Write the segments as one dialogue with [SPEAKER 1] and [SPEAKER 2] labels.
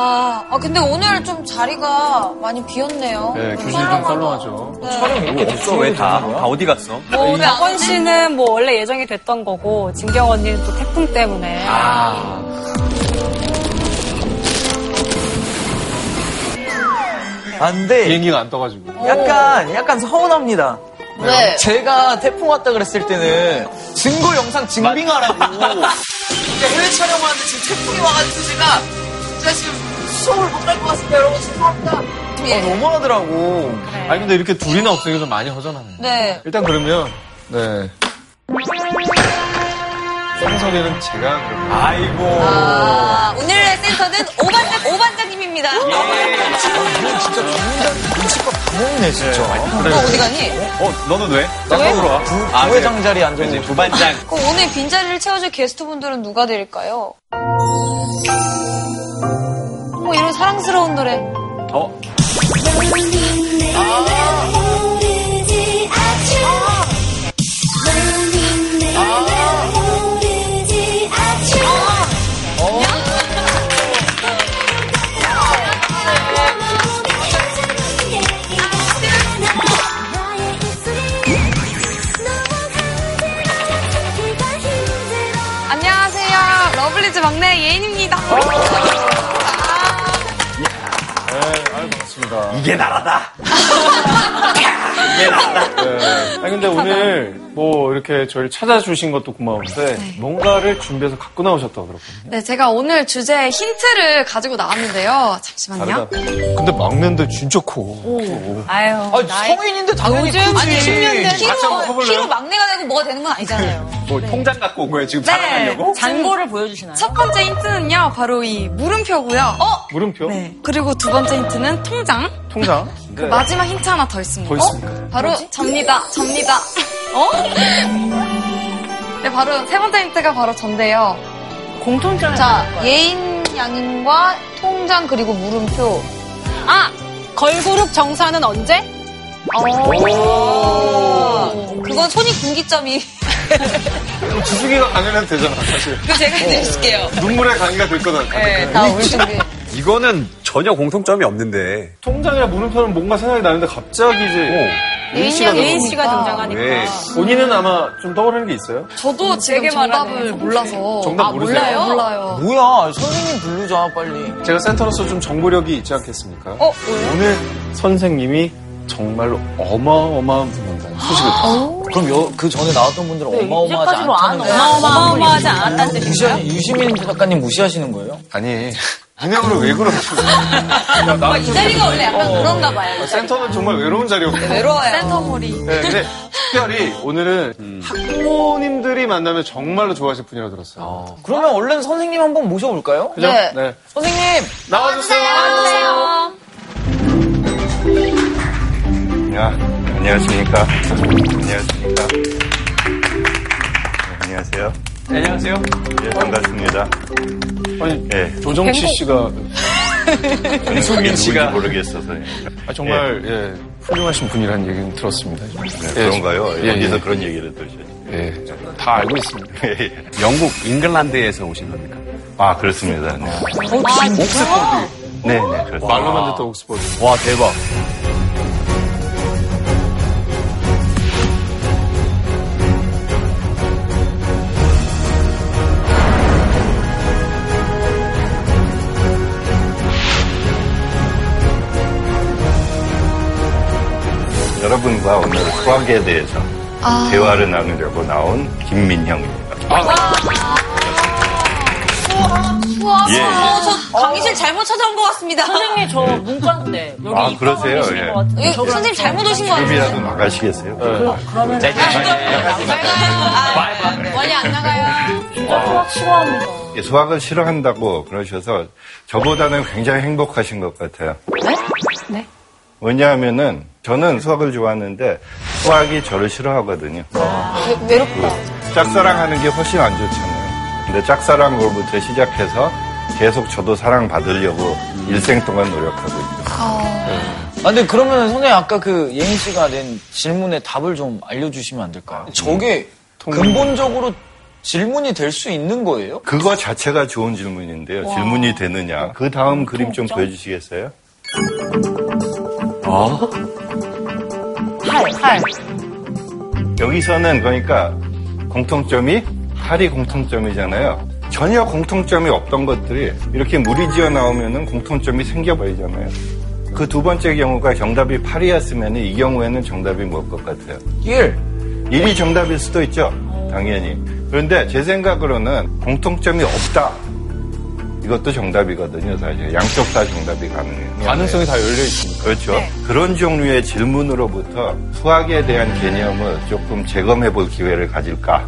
[SPEAKER 1] 아, 근데 오늘 좀 자리가 많이 비었네요.
[SPEAKER 2] 네,
[SPEAKER 1] 좀
[SPEAKER 2] 교실 좀
[SPEAKER 1] 썰렁하다.
[SPEAKER 2] 썰렁하죠.
[SPEAKER 1] 네.
[SPEAKER 3] 없어 왜 다? 다 어디 갔어?
[SPEAKER 1] 뭐 오늘 안
[SPEAKER 4] 박원 씨는 뭐 원래 예정이 됐던 거고 진경 언니는 또 태풍 때문에
[SPEAKER 3] 아.
[SPEAKER 5] 안돼.
[SPEAKER 2] 비행기가 안 떠가지고.
[SPEAKER 5] 네. 약간 약간 서운합니다.
[SPEAKER 1] 왜?
[SPEAKER 5] 제가 태풍 왔다 그랬을 때는 증거 영상 증빙하라고. 근데 해외 촬영하는데 지금 태풍이 와가지고 제가 진짜 지금 수업을 못 갈 것 같습니다. 여러분 죄송합니다.
[SPEAKER 1] 예.
[SPEAKER 5] 아, 너무하더라고.
[SPEAKER 2] 아니, 근데 이렇게 둘이나 없으니까 좀 많이 허전합니다.
[SPEAKER 1] 네.
[SPEAKER 2] 일단 그러면, 네. 상설이는 제가 그러면.
[SPEAKER 3] 아이고.
[SPEAKER 1] 아, 오늘의 센터는 오반장, 오반장님입니다.
[SPEAKER 5] 이건 진짜 누군가 눈치껏 다 먹네 진짜.
[SPEAKER 1] 너 어디 가니?
[SPEAKER 3] 어, 너는 왜? 짝꿍으로 와. 아, 그래.
[SPEAKER 5] 부회장 자리에
[SPEAKER 3] 그지,
[SPEAKER 5] 앉아있는
[SPEAKER 3] 부반장.
[SPEAKER 1] 그럼 오늘 빈자리를 채워줄 게스트분들은 누가 될까요? 뭐 이런 사랑스러운 노래.
[SPEAKER 3] 어?
[SPEAKER 4] 안녕하세요 러블리즈 막내 예인입니다
[SPEAKER 3] 이게 나라다.
[SPEAKER 2] 네. 아니, 근데 오늘 뭐 이렇게 저를 찾아주신 것도 고마운데, 뭔가를 준비해서 갖고 나오셨다고 그러거든요.
[SPEAKER 4] 네 제가 오늘 주제 힌트를 가지고 나왔는데요 잠시만요
[SPEAKER 2] 다르다. 근데 막내인데 진짜 커.
[SPEAKER 4] 아유
[SPEAKER 5] 아니, 성인인데 당연히
[SPEAKER 1] 요즘
[SPEAKER 5] 크지.
[SPEAKER 1] 아니, 10년대
[SPEAKER 3] 같이 한번
[SPEAKER 1] 키로,
[SPEAKER 3] 커볼래요?
[SPEAKER 1] 키로 막내가 되고 뭐가 되는 건 아니잖아요.
[SPEAKER 3] 뭐 통장 갖고 온 거예요, 지금
[SPEAKER 1] 네.
[SPEAKER 3] 자랑하려고?
[SPEAKER 4] 잔고를 보여주시나요? 네, 첫 번째 힌트는요 바로 이 물음표고요 어?
[SPEAKER 2] 물음표?
[SPEAKER 1] 네.
[SPEAKER 4] 그리고 두 번째 힌트는 통장
[SPEAKER 2] 통장? 네.
[SPEAKER 4] 그
[SPEAKER 3] 네.
[SPEAKER 4] 마지막 힌트 하나 더 있습니다
[SPEAKER 2] 더 있습니까?
[SPEAKER 1] 어?
[SPEAKER 4] 바로 접니다. 접니다. 어? 네, 바로 세 번째 힌트가 바로 전데요. 공통점.
[SPEAKER 1] 자, 예인 양인과 통장 그리고 물음표.
[SPEAKER 4] 아, 걸그룹 정사는 언제?
[SPEAKER 1] 어. 그건 손이 분기점이.
[SPEAKER 2] 그럼 지숙이가 강연해도 되잖아, 사실.
[SPEAKER 1] 그 제가 해드릴게요.
[SPEAKER 2] 눈물의 강의가 될 거다. 그러니까.
[SPEAKER 1] 네, 다올 준비.
[SPEAKER 3] 이거는 전혀 공통점이 없는데.
[SPEAKER 2] 통장이랑 물음표는 뭔가 생각이 나는데 갑자기 이제 예인 씨가
[SPEAKER 4] 예인
[SPEAKER 2] 들어오고.
[SPEAKER 4] 씨가 등장하니까.
[SPEAKER 3] 왜?
[SPEAKER 2] 본인은 아마 좀 떠오르는 게 있어요?
[SPEAKER 4] 그러니까 저도
[SPEAKER 1] 음,
[SPEAKER 4] 지금 정답을 몰라서.
[SPEAKER 2] 정답 모르세요?
[SPEAKER 4] 몰라요.
[SPEAKER 5] 뭐야 선생님 부르자 빨리.
[SPEAKER 2] 제가 센터로서 좀 정보력이 있지 않겠습니까?
[SPEAKER 1] 어?
[SPEAKER 4] 어,
[SPEAKER 2] 오늘 선생님이 정말로 어마어마한 분이다. 소식을 들었어요.
[SPEAKER 5] 그럼 여, 그 전에 나왔던 분들은
[SPEAKER 1] 네,
[SPEAKER 5] 어마어마하지
[SPEAKER 1] 뭐 아,
[SPEAKER 5] 않다는데
[SPEAKER 4] 아, 어마어마하지 않았다는
[SPEAKER 5] 무시하 유시민 작가님 무시하시는 거예요?
[SPEAKER 2] 아니, 은행으로 왜 그러지?
[SPEAKER 1] 어, 이 자리가 원래 약간
[SPEAKER 4] 어.
[SPEAKER 1] 그런가 봐요.
[SPEAKER 2] 센터는 정말 외로운 자리였거든요.
[SPEAKER 1] 외로워요.
[SPEAKER 4] 센터몰이.
[SPEAKER 2] 네, 음. 근데 특별히 오늘은 학부모님들이 만나면 정말로 좋아하실 분이라 들었어요.
[SPEAKER 5] 그러면 얼른 선생님 한 번 모셔볼까요?
[SPEAKER 2] 그죠?
[SPEAKER 1] 네.
[SPEAKER 5] 선생님
[SPEAKER 1] 아,
[SPEAKER 2] 나와주세요.
[SPEAKER 3] 야, 안녕하십니까. 안녕하십니까. 안녕하세요.
[SPEAKER 2] 안녕하세요.
[SPEAKER 3] 예, 반갑습니다.
[SPEAKER 2] 아니,
[SPEAKER 3] 예.
[SPEAKER 2] 조정치 씨가
[SPEAKER 3] 저는 그게 누군지 모르겠어서. 네,
[SPEAKER 2] 아, 정말 예, 훌륭하신 분이라는 얘기는 들었습니다.
[SPEAKER 3] 그런가요?
[SPEAKER 2] 예,
[SPEAKER 3] 어디서
[SPEAKER 2] 예.
[SPEAKER 3] 그런 얘기를 들으셨죠?
[SPEAKER 2] 예, 다 알고 있습니다.
[SPEAKER 3] 영국 잉글랜드에서 오신 겁니까? 예. 아 그렇습니다. 네. 옥스퍼드. 네, 네, 그렇습니다.
[SPEAKER 2] 말로만 듣던 옥스퍼드.
[SPEAKER 3] 와 대박. 여러분과 오늘 수학에 대해서 대화를 나누려고 나온 김민형입니다.
[SPEAKER 1] 수학.
[SPEAKER 3] 예, 예.
[SPEAKER 1] 어, 저 강의실 잘못 찾아온 것 같습니다. 선생님,
[SPEAKER 6] 선생님 저 문과인데 여기
[SPEAKER 3] 아,
[SPEAKER 6] 입학원
[SPEAKER 3] 그러세요?
[SPEAKER 6] 계신
[SPEAKER 3] 예.
[SPEAKER 6] 것 같은데 저랑
[SPEAKER 1] 선생님 잘못 오신 것 같아요.
[SPEAKER 3] 급이라도 나가시겠어요?
[SPEAKER 6] 그러면
[SPEAKER 3] 네, 네,
[SPEAKER 1] 아, 멀리 안 나가요.
[SPEAKER 6] 수학 싫어합니다
[SPEAKER 3] 예, 수학을 싫어한다고 그러셔서 저보다는 굉장히 행복하신 것 같아요.
[SPEAKER 6] 네? 네
[SPEAKER 3] 왜냐하면은 저는 수학을 좋아하는데 수학이 저를 싫어하거든요.
[SPEAKER 1] 아,
[SPEAKER 3] 그
[SPEAKER 1] 외롭다.
[SPEAKER 3] 짝사랑하는 게 훨씬 안 좋잖아요. 근데 짝사랑으로부터 시작해서 계속 저도 사랑받으려고
[SPEAKER 1] 음.
[SPEAKER 3] 일생 동안 노력하고 있어요.
[SPEAKER 5] 아, 근데 그러면 선생님 아까 그 예인
[SPEAKER 3] 음.
[SPEAKER 5] 씨가 낸 질문에 답을 좀 알려주시면 안 될까요? 저게 근본적으로 질문이 될 수 있는 거예요?
[SPEAKER 3] 그거 자체가 좋은 질문인데요. 질문이 되느냐. 그 다음 그림 좀
[SPEAKER 6] 통증?
[SPEAKER 3] 보여주시겠어요?
[SPEAKER 6] 팔. 팔.
[SPEAKER 3] 여기서는 그러니까 공통점이 팔이 공통점이잖아요. 전혀 공통점이 없던 것들이 이렇게 무리지어 나오면은 공통점이 생겨버리잖아요. 그 두 번째 경우가 정답이 팔이었으면 이 경우에는 정답이 뭘 것 같아요?
[SPEAKER 5] 1.
[SPEAKER 3] 일이 정답일 수도 있죠. 당연히. 그런데 제 생각으로는 공통점이 없다. 이것도 정답이거든요, 사실. 양쪽 다 정답이 가능해요.
[SPEAKER 2] 가능성이 다 열려 있습니다.
[SPEAKER 3] 그렇죠.
[SPEAKER 6] 네.
[SPEAKER 3] 그런 종류의 질문으로부터 수학에 대한 개념을 조금 재검해 볼 기회를 가질까.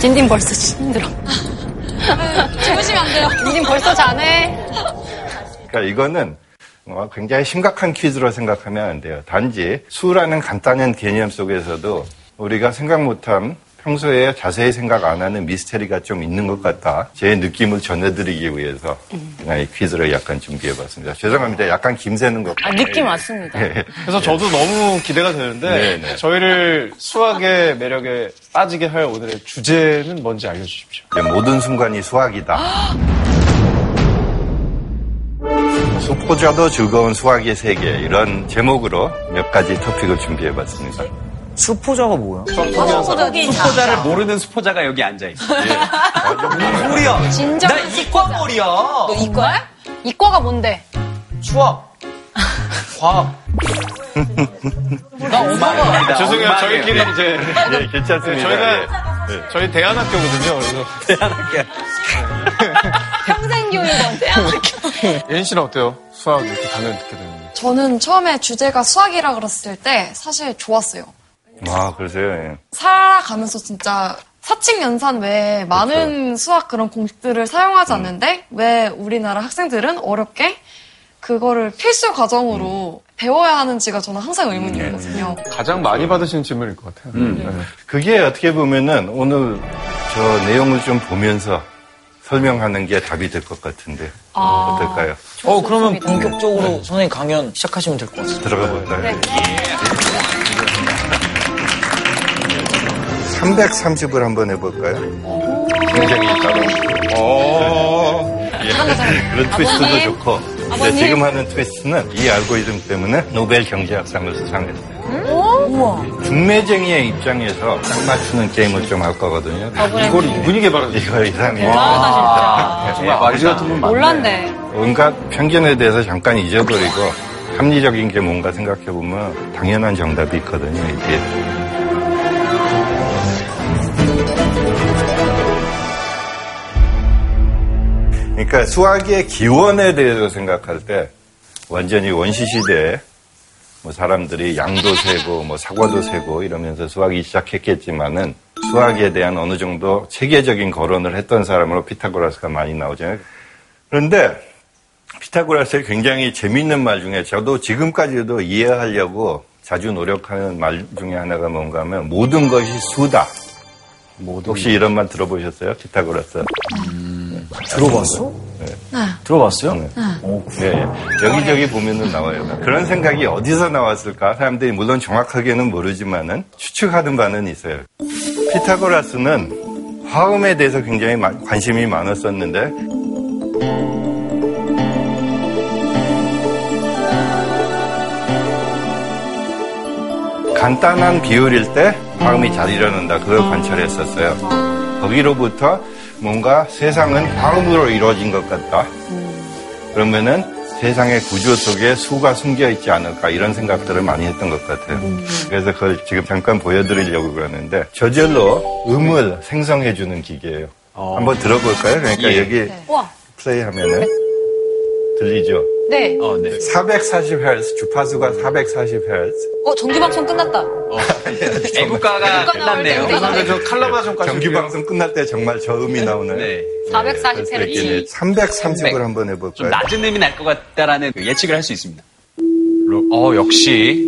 [SPEAKER 6] 딘딘 음. 벌써 힘들어.
[SPEAKER 4] 아, 주무시면 안 돼요.
[SPEAKER 6] 딘딘 벌써 자네.
[SPEAKER 3] 그러니까 이거는 어, 굉장히 심각한 퀴즈로 생각하면 안 돼요. 단지 수라는 간단한 개념 속에서도 우리가 생각 못한 평소에 자세히 생각 안 하는 미스테리가 좀 있는 것 같다. 제 느낌을 전해드리기 위해서 그냥 이 퀴즈를 약간 준비해봤습니다. 죄송합니다. 약간 김새는 것
[SPEAKER 6] 아,
[SPEAKER 3] 같아요.
[SPEAKER 6] 느낌 왔습니다.
[SPEAKER 2] 그래서 저도 너무 기대가 되는데
[SPEAKER 3] 네, 네.
[SPEAKER 2] 저희를 수학의 매력에 빠지게 할 오늘의 주제는 뭔지 알려주십시오.
[SPEAKER 3] 이제 모든 순간이 수학이다. 수포자도 즐거운 수학의 세계 이런 제목으로 몇 가지 토픽을 준비해봤습니다.
[SPEAKER 5] 수포자가 뭐야?
[SPEAKER 1] 아,
[SPEAKER 7] 수포자를 모르는 수포자가 여기 앉아있어. 예. 아,
[SPEAKER 5] 우리야. 나
[SPEAKER 1] 진정한
[SPEAKER 5] 이과 머리야.
[SPEAKER 1] 이과야? 이과가 뭔데?
[SPEAKER 5] 수학. 과학. 나 오마가.
[SPEAKER 2] 아, 죄송해요. 저희끼리 이제
[SPEAKER 3] 예, 괜찮습니다.
[SPEAKER 2] 네, 저희가-
[SPEAKER 3] 예, 예.
[SPEAKER 2] 저희 대안학교거든요. 그래서
[SPEAKER 1] 평생교육원.
[SPEAKER 2] 예인 씨는 어때요? 수학 이렇게 강연 듣게 되는데.
[SPEAKER 4] 저는 처음에 주제가 수학이라 그랬을 때 사실 좋았어요.
[SPEAKER 3] 아, 그러세요. 예.
[SPEAKER 4] 살아가면서 진짜 사칙 연산 외에 많은 수학 그런 공식들을 사용하지 않는데 왜 우리나라 학생들은 어렵게 그거를 필수 과정으로 배워야 하는지가 저는 항상 의문이거든요.
[SPEAKER 2] 가장 많이 받으시는 질문일 것 같아요. 네.
[SPEAKER 3] 그게 어떻게 보면은 오늘 저 내용을 좀 보면서 설명하는 게 답이 될 것 같은데 어떨까요?
[SPEAKER 5] 어, 그러면 본격적으로
[SPEAKER 3] 네.
[SPEAKER 5] 선생님 강연 시작하시면 될 것 같습니다.
[SPEAKER 3] 들어가 볼까요? 330을 한번 해볼까요? 굉장히 따로. 오. 예. 그런 트위스트도 좋고. 근데 지금 하는 트위스트는 이 알고리즘 때문에 노벨 경제학상을 수상했어요. 중매쟁이의 입장에서 딱 맞추는 게임을 좀 할 거거든요.
[SPEAKER 2] 이걸 이분이 개발한
[SPEAKER 3] 이거 이상해.
[SPEAKER 6] 아,
[SPEAKER 1] 아,
[SPEAKER 2] 정말 말지 같은 예, 분 많네.
[SPEAKER 6] 몰랐네.
[SPEAKER 3] 온갖 편견에 대해서 잠깐 잊어버리고 합리적인 게 뭔가 생각해보면 당연한 정답이 있거든요, 이게. 그러니까 수학의 기원에 대해서 생각할 때 완전히 원시시대에 뭐 사람들이 양도 세고 뭐 사과도 세고 이러면서 수학이 시작했겠지만은 수학에 대한 어느 정도 체계적인 거론을 했던 사람으로 피타고라스가 많이 나오잖아요. 그런데 피타고라스의 굉장히 재미있는 말 중에 저도 지금까지도 이해하려고 자주 노력하는 말 중에 하나가 뭔가 하면 모든 것이 수다. 혹시 이런 말 들어보셨어요? 피타고라스.
[SPEAKER 5] 들어봤어?
[SPEAKER 3] 네.
[SPEAKER 5] 들어봤어요?
[SPEAKER 3] 예, 예. 여기저기 보면은 나와요. 그런 생각이 어디서 나왔을까? 사람들이 물론 정확하게는 모르지만은 추측하는 바는 있어요. 피타고라스는 화음에 대해서 굉장히 마- 관심이 많았었는데 간단한 비율일 때 화음이 잘 일어난다. 그걸 관찰했었어요. 거기로부터 뭔가 세상은 화음으로 이루어진 것 같다. 그러면은 세상의 구조 속에 수가 숨겨 있지 않을까 이런 생각들을 많이 했던 것 같아요. 그래서 그걸 지금 잠깐 보여드리려고 그러는데 저절로 음을 생성해주는 기계예요. 한번 들어볼까요? 그러니까 여기
[SPEAKER 6] 우와.
[SPEAKER 3] 플레이하면은 들리죠?
[SPEAKER 1] 네.
[SPEAKER 7] 어, 네.
[SPEAKER 3] 440Hz 주파수가 440Hz
[SPEAKER 1] 어, 정규방송 끝났다.
[SPEAKER 6] 아,
[SPEAKER 2] 예,
[SPEAKER 7] 애국가가 끝났네요.
[SPEAKER 2] 그저 칼라마전까지
[SPEAKER 3] 정규 방송 끝날 때 정말 저음이 나오는
[SPEAKER 7] 네.
[SPEAKER 1] 440 헤르츠.
[SPEAKER 3] 330을 한번
[SPEAKER 7] 좀
[SPEAKER 3] 해볼까요?
[SPEAKER 7] 낮은 음이 날 것 같다라는 그 예측을 할 수 있습니다. 어, 역시.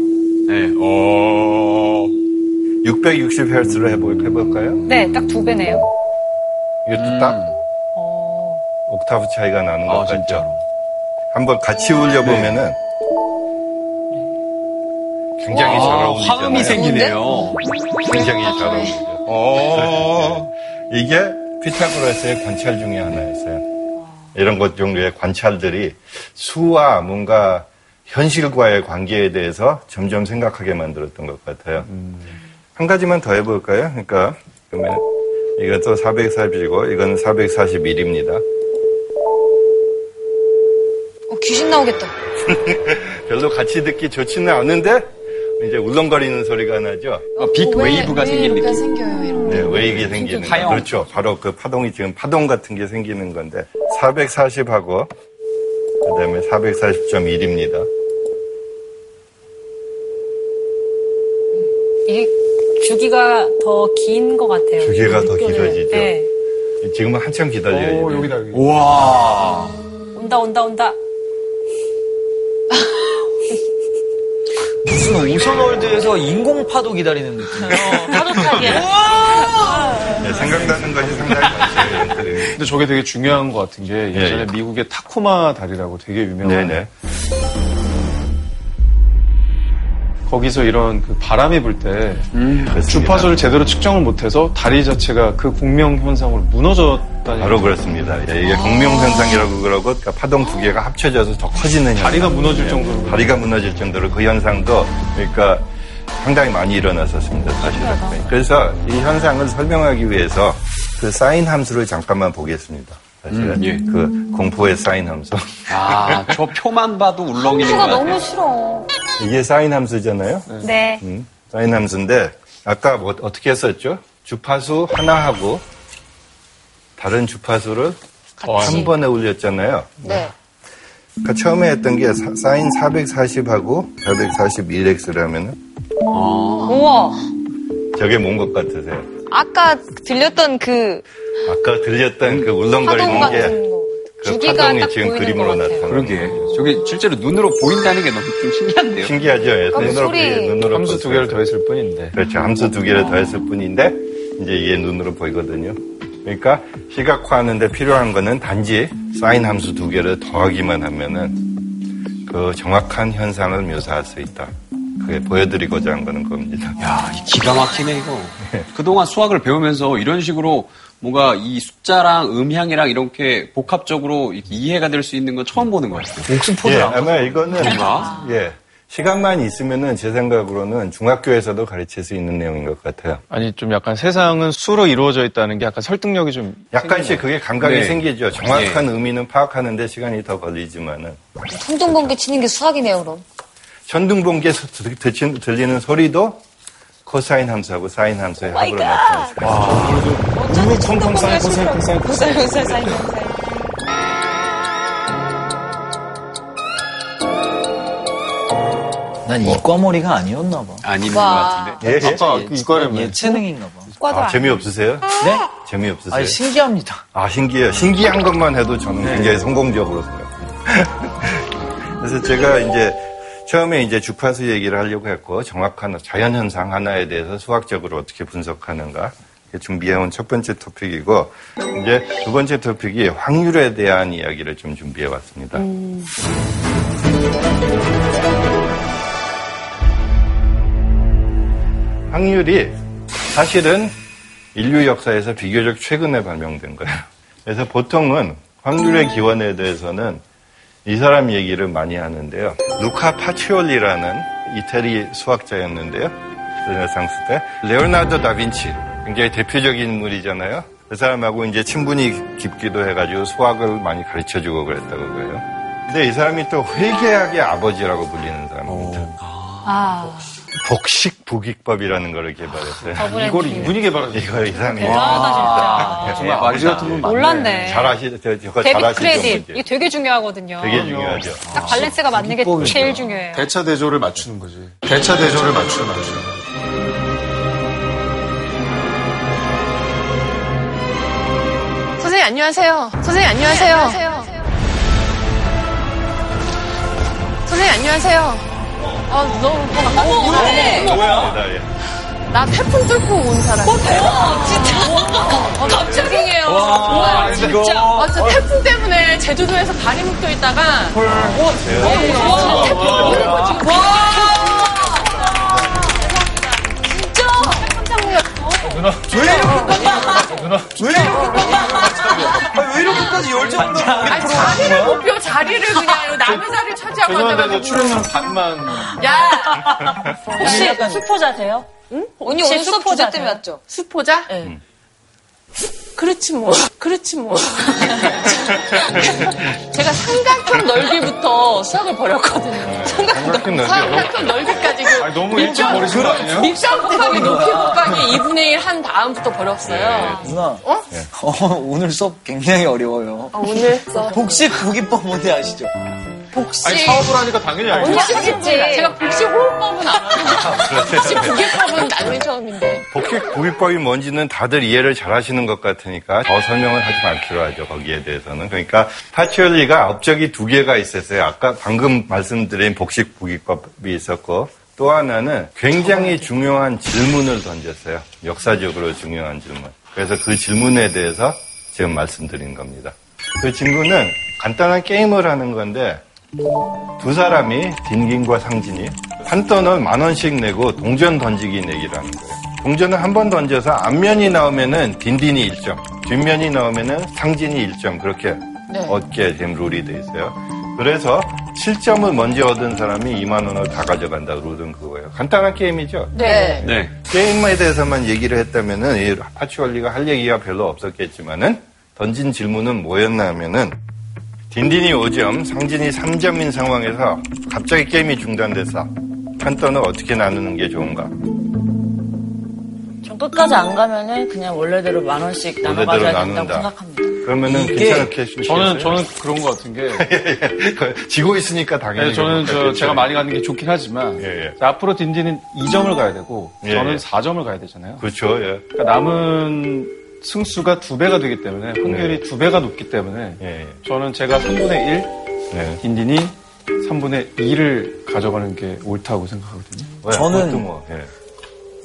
[SPEAKER 7] 네, 어.
[SPEAKER 3] 660Hz로 해볼까요?
[SPEAKER 6] 네, 딱 두 배네요.
[SPEAKER 3] 이것도 딱
[SPEAKER 4] 어,
[SPEAKER 3] 옥타브 차이가 나는 것
[SPEAKER 7] 아,
[SPEAKER 3] 같죠?
[SPEAKER 7] 진짜로.
[SPEAKER 3] 한번 같이 울려보면은
[SPEAKER 7] 네.
[SPEAKER 3] 굉장히 잘
[SPEAKER 7] 아,
[SPEAKER 3] 어울리잖아요.
[SPEAKER 7] 화음이 생기네요. 아, 네.
[SPEAKER 3] 굉장히 잘 어울리죠. 어. 이게 피타고라스의 관찰 중에 하나였어요. 이런 것 종류의 관찰들이 수와 뭔가 현실과의 관계에 대해서 점점 생각하게 만들었던 것 같아요.
[SPEAKER 7] 음.
[SPEAKER 3] 한 가지만 더 해볼까요? 그러니까 그러면 이것도 440이고 이건 441입니다.
[SPEAKER 1] 어, 귀신 나오겠다.
[SPEAKER 3] 별로 같이 듣기 좋지는 않은데 이제 울렁거리는 소리가 나죠.
[SPEAKER 7] 어, 빅
[SPEAKER 4] 왜,
[SPEAKER 7] 웨이브가
[SPEAKER 4] 왜
[SPEAKER 7] 생긴
[SPEAKER 4] 이렇게
[SPEAKER 7] 느낌.
[SPEAKER 4] 생겨요, 이런 거.
[SPEAKER 3] 네, 웨이기 생기는 거.
[SPEAKER 7] 파형.
[SPEAKER 3] 그렇죠. 바로 그 파동이 지금 파동 같은 게 생기는 건데 440하고 그다음에 440.1입니다.
[SPEAKER 6] 이게 주기가 더 긴 것 같아요.
[SPEAKER 3] 주기가 더 길어지죠.
[SPEAKER 6] 네.
[SPEAKER 3] 지금은 한참 기다려야 돼요.
[SPEAKER 2] 여기다, 여기.
[SPEAKER 7] 우와.
[SPEAKER 6] 온다, 온다, 온다.
[SPEAKER 5] 무슨 오션월드에서 인공파도 기다리는 느낌.
[SPEAKER 6] 파도타기야.
[SPEAKER 3] 네, 생각나는 것이 상당히 많죠. 네.
[SPEAKER 2] 근데 저게 되게 중요한 것 같은 게 예전에
[SPEAKER 3] 예.
[SPEAKER 2] 미국의 타코마 다리라고 되게 유명한
[SPEAKER 3] 네네.
[SPEAKER 2] 거기서 이런 그 바람이 불 때
[SPEAKER 3] 그렇습니다.
[SPEAKER 2] 주파수를 제대로 측정을 못해서 다리 자체가 그 공명 현상으로 무너졌다니
[SPEAKER 3] 바로 그렇습니다. 예, 이게 공명현상이라고 그러고 그러니까 파동 두 개가 합쳐져서 더 커지는 현상.
[SPEAKER 2] 다리가 무너질
[SPEAKER 3] 예,
[SPEAKER 2] 정도로.
[SPEAKER 3] 다리가 무너질 정도로 그 현상도 그러니까 상당히 많이 일어났었습니다. 사실은. 네, 그래서 이 현상을 설명하기 위해서 그 사인 함수를 잠깐만 보겠습니다. 사실은
[SPEAKER 7] 음, 예.
[SPEAKER 3] 그 공포의 사인 함수.
[SPEAKER 7] 아, 저 표만 봐도 울렁이는
[SPEAKER 1] 수가
[SPEAKER 7] 거
[SPEAKER 1] 너무
[SPEAKER 7] 같아요.
[SPEAKER 1] 싫어.
[SPEAKER 3] 이게 사인 함수잖아요.
[SPEAKER 6] 네.
[SPEAKER 3] 음, 사인 함수인데 아까 뭐 어떻게 했었죠? 주파수 하나하고 다른 주파수를 한 번에 올렸잖아요.
[SPEAKER 1] 네.
[SPEAKER 3] 그러니까 처음에 했던 게 사- 사인 440하고 441x라면은
[SPEAKER 1] 우와.
[SPEAKER 3] 저게 뭔 것 같으세요?
[SPEAKER 1] 아까 들렸던 그
[SPEAKER 3] 아까 들렸던 그
[SPEAKER 1] 파동
[SPEAKER 3] 울렁거리는
[SPEAKER 1] 같은
[SPEAKER 3] 게
[SPEAKER 1] 거.
[SPEAKER 3] 그
[SPEAKER 1] 주기가
[SPEAKER 3] 파동이
[SPEAKER 1] 딱
[SPEAKER 3] 지금
[SPEAKER 1] 보이는
[SPEAKER 3] 그림으로
[SPEAKER 1] 것 같아요.
[SPEAKER 3] 나타나.
[SPEAKER 7] 그러게. 저게 실제로 눈으로 보인다는 게 너무 좀 신기한데요.
[SPEAKER 3] 신기하죠. 예,
[SPEAKER 1] 그럼
[SPEAKER 3] 눈으로
[SPEAKER 1] 소리.
[SPEAKER 3] 보이게 눈으로
[SPEAKER 2] 함수 두 개를 더했을 뿐인데
[SPEAKER 3] 그렇죠. 함수 두 개를 더했을 뿐인데 이제 얘 눈으로 보이거든요. 그러니까 시각화하는데 필요한 거는 단지 사인 함수 두 개를 더하기만 하면은 그 정확한 현상을 묘사할 수 있다. 그게 보여드리고자 한 거는 겁니다.
[SPEAKER 7] 야, 이 기가 막히네, 이거. 그동안 수학을 배우면서 이런 식으로 뭔가 이 숫자랑 음향이랑 이렇게 복합적으로 이렇게 이해가 될 수 있는 건 처음 보는 것 같아요.
[SPEAKER 3] 예, 아마 이거는
[SPEAKER 7] 뭔가?
[SPEAKER 3] 예 시간만 있으면은 제 생각으로는 중학교에서도 가르칠 수 있는 내용인 것 같아요.
[SPEAKER 2] 아니 좀 약간 세상은 수로 이루어져 있다는 게 약간 설득력이 좀
[SPEAKER 3] 약간씩 그게 감각이
[SPEAKER 7] 네.
[SPEAKER 3] 생기죠. 정확한 의미는 파악하는데 시간이 더 걸리지만은
[SPEAKER 1] 통정번개 치는 게 수학이네요, 그럼.
[SPEAKER 3] 전등봉기에서 들- 들- 들리는 소리도 코사인 함수하고 사인 함수의 합으로 나타났어요.
[SPEAKER 5] 난 이과머리가 아니었나 봐.
[SPEAKER 7] 아닌 것 같은데.
[SPEAKER 3] 예, 예.
[SPEAKER 2] 아까 그 이과라며
[SPEAKER 5] 예체능인가 봐.
[SPEAKER 3] 아, 재미없으세요?
[SPEAKER 5] 네?
[SPEAKER 3] 재미없으세요?
[SPEAKER 5] 아니 신기합니다.
[SPEAKER 3] 아, 신기해요. 신기한 것만 해도 저는 굉장히 성공적으로 생각해요. 그래서 제가 이제 처음에 이제 주파수 얘기를 하려고 했고 정확한 자연현상 하나에 대해서 수학적으로 어떻게 분석하는가 이렇게 준비해온 첫 번째 토픽이고 이제 두 번째 토픽이 확률에 대한 이야기를 좀 준비해 왔습니다. 확률이 사실은 인류 역사에서 비교적 최근에 발명된 거예요. 그래서 보통은 확률의 기원에 대해서는 이 사람 얘기를 많이 하는데요. 루카 파치올리라는 이태리 수학자였는데요. 르네상스 때 레오나르도 다빈치 굉장히 대표적인 인물이잖아요. 그 사람하고 이제 친분이 깊기도 해가지고 수학을 많이 가르쳐주고 그랬다고 그래요. 근데 이 사람이 또 회계학의 아버지라고 불리는 사람입니다.
[SPEAKER 2] 어.
[SPEAKER 6] 아,
[SPEAKER 3] 복식 부기법이라는 걸 개발했어요.
[SPEAKER 6] 그
[SPEAKER 2] 이걸 이분이 개발한
[SPEAKER 3] 이거
[SPEAKER 6] 아,
[SPEAKER 3] 이상해. 예,
[SPEAKER 6] 대단하다, 진짜.
[SPEAKER 2] 정말 아버지 같은 분 많네
[SPEAKER 6] 몰랐네.
[SPEAKER 3] 잘하시, 저, 저거
[SPEAKER 6] 데뷔
[SPEAKER 3] 잘하시죠. 뭐
[SPEAKER 6] 크레딧. 이게
[SPEAKER 3] 이제.
[SPEAKER 6] 되게 중요하거든요.
[SPEAKER 3] 되게
[SPEAKER 2] 아,
[SPEAKER 3] 중요하죠.
[SPEAKER 6] 딱 밸런스가 맞는 게 제일 중요해요.
[SPEAKER 2] 대차 대조를 맞추는 거지 대차 대조를 맞추는 거지
[SPEAKER 4] 선생님, 안녕하세요. 선생님, 네, 안녕하세요. 선생님, 안녕하세요. 어, 네. 아, 너무 반가워.
[SPEAKER 3] 뭐야? 예.
[SPEAKER 4] 나 태풍 뚫고 온 사람. 어, 대박. 진짜. 갑자기예요.
[SPEAKER 7] 와, 이거.
[SPEAKER 4] 아, 진짜 태풍 때문에 제주도에서 발이 묶여 있다가. 헐.
[SPEAKER 1] 어,
[SPEAKER 4] 와, 와, 태풍을 보는 거지. 와. 진짜. 감사합니다.
[SPEAKER 5] 왜 이렇게까지 열정을
[SPEAKER 8] 아니, 자리를 못 비워, 자리를 그냥 남의 자리를 차지하고
[SPEAKER 2] 죄송한데
[SPEAKER 8] 앉아가지고.
[SPEAKER 2] 저 출연료 반만
[SPEAKER 8] 야!
[SPEAKER 6] 혹시 수포자 돼요? 응?
[SPEAKER 1] 언니 오늘 수업 주제 때문에 왔죠?
[SPEAKER 8] 수포자? 그렇지 뭐. 그렇지 뭐. 제가 삼각형 넓이부터 수학을 버렸거든요.
[SPEAKER 3] 생각은 나죠.
[SPEAKER 8] 삼각형 넓이까지 그
[SPEAKER 2] 아니, 너무 일찍 버리신 거 아니에요?
[SPEAKER 8] 밑변 곱하기 높이 곱하기 2분의 1 한 다음부터 버렸어요.
[SPEAKER 5] 누나. 어? 오늘 수업 굉장히 어려워요.
[SPEAKER 8] 아, 오늘 써.
[SPEAKER 5] 복식 보기법 뭔지 아시죠?
[SPEAKER 2] 아니
[SPEAKER 8] 복식.
[SPEAKER 2] 사업을 하니까 당연히 알죠.
[SPEAKER 8] 복식했지. 제가 복식 호흡법은 알아요. 복식 구개법은 나는 처음인데.
[SPEAKER 3] 복식 구비법이 뭔지는 다들 이해를 잘 하시는 것 같으니까 더 설명을 하지 않기로 하죠. 거기에 대해서는. 그러니까 파츄얼리가 업적이 두 개가 있었어요. 아까 방금 말씀드린 복식 구비법이 있었고 또 하나는 굉장히 중요한 질문을 던졌어요. 역사적으로 중요한 질문. 그래서 그 질문에 대해서 지금 말씀드린 겁니다. 그 질문은 간단한 게임을 하는 건데 두 사람이 딘긴과 상진이 한 돈은 만 원씩 내고 동전 던지기 내기라는 거예요. 동전을 한 번 던져서 앞면이 나오면은 딘딘이 1점, 뒷면이 나오면은 상진이 1점 그렇게 얻게 된 룰이 돼 있어요. 그래서 7점을 먼저 얻은 사람이 2만 원을 다 가져간다 룰은 그거예요. 간단한 게임이죠.
[SPEAKER 8] 네.
[SPEAKER 7] 네.
[SPEAKER 3] 게임에 대해서만 얘기를 했다면은 이 파츄얼리가 할 얘기가 별로 없었겠지만은 던진 질문은 뭐였냐면은 딘딘이 5점, 상진이 3점인 상황에서 갑자기 게임이 중단돼서 판돈을 어떻게 나누는 게 좋은가?
[SPEAKER 9] 전 끝까지 안 가면은 그냥 원래대로 만 원씩 나눠
[SPEAKER 3] 원래대로
[SPEAKER 9] 가져야 된다고
[SPEAKER 3] 나눈다.
[SPEAKER 9] 생각합니다.
[SPEAKER 3] 그러면은 괜찮게 쉬시겠어요? 예,
[SPEAKER 2] 저는 저는 그런 것 같은 게
[SPEAKER 3] 지고 있으니까 당연히
[SPEAKER 2] 네, 저는 저
[SPEAKER 3] 그렇겠죠.
[SPEAKER 2] 제가 많이 가는 게 좋긴 하지만
[SPEAKER 3] 예, 예.
[SPEAKER 2] 자, 앞으로 딘딘은 2점을 가야 되고
[SPEAKER 3] 예, 예.
[SPEAKER 2] 저는 4점을 가야 되잖아요.
[SPEAKER 3] 그렇죠. 예.
[SPEAKER 2] 그러니까 남은 승수가 두 배가 되기 때문에 확률이 두 배가 높기 때문에
[SPEAKER 3] 예, 예.
[SPEAKER 2] 저는 제가 3분의 1,
[SPEAKER 3] 네.
[SPEAKER 2] 딘딘이 3분의 2를 가져가는 게 옳다고 생각하거든요.
[SPEAKER 3] 왜?
[SPEAKER 5] 저는-
[SPEAKER 3] 그것도 뭐, 예.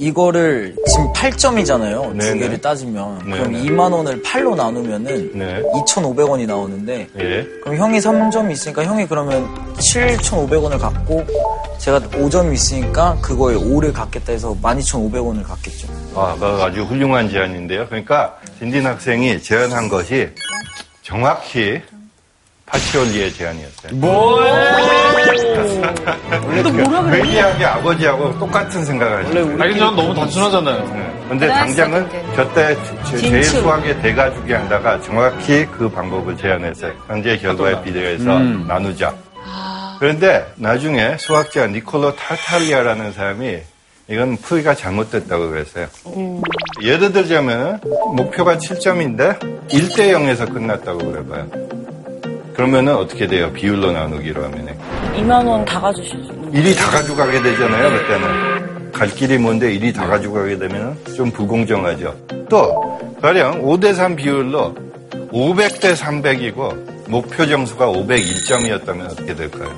[SPEAKER 5] 이거를 지금 8점이잖아요. 두
[SPEAKER 3] 네네.
[SPEAKER 5] 개를 따지면. 그럼
[SPEAKER 3] 네네.
[SPEAKER 5] 2만 원을 8로 나누면은
[SPEAKER 3] 네.
[SPEAKER 5] 2,500원이 나오는데
[SPEAKER 3] 예.
[SPEAKER 5] 그럼 형이 3점이 있으니까 형이 그러면 7,500원을 갖고 제가 5점이 있으니까 그거에 5를 갖겠다 해서 12,500원을 갖겠죠.
[SPEAKER 3] 아, 그 아주 훌륭한 제안인데요. 그러니까 딘딘 학생이 제안한 것이 정확히 파치올리의 제안이었어요. 뭐야? 왜냐하게 아버지하고 똑같은 생각을 하셨어요.
[SPEAKER 2] 아니 저는 너무 단순하잖아요.
[SPEAKER 3] 네. 근데 당장은 저때 제- 제일 수학의 대가족이 하다가 정확히 그 방법을 제안했어요. 현재 결과에 비례해서 나누자. 그런데 나중에 수학자 니콜로 탈탈리아라는 사람이 이건 풀이가 잘못됐다고 그랬어요. 예를 들자면 목표가 7점인데 1대 0에서 끝났다고 그래봐요. 그러면은 어떻게 돼요? 비율로 나누기로 하면은.
[SPEAKER 9] 2만 원 다 가주실 수 있는.
[SPEAKER 3] 일이 다 가져가게 되잖아요, 그때는. 갈 길이 뭔데 일이 다 가져가게 되면 좀 불공정하죠. 또, 가령 5대3 비율로 500대 300이고 목표 점수가 501점이었다면 어떻게 될까요?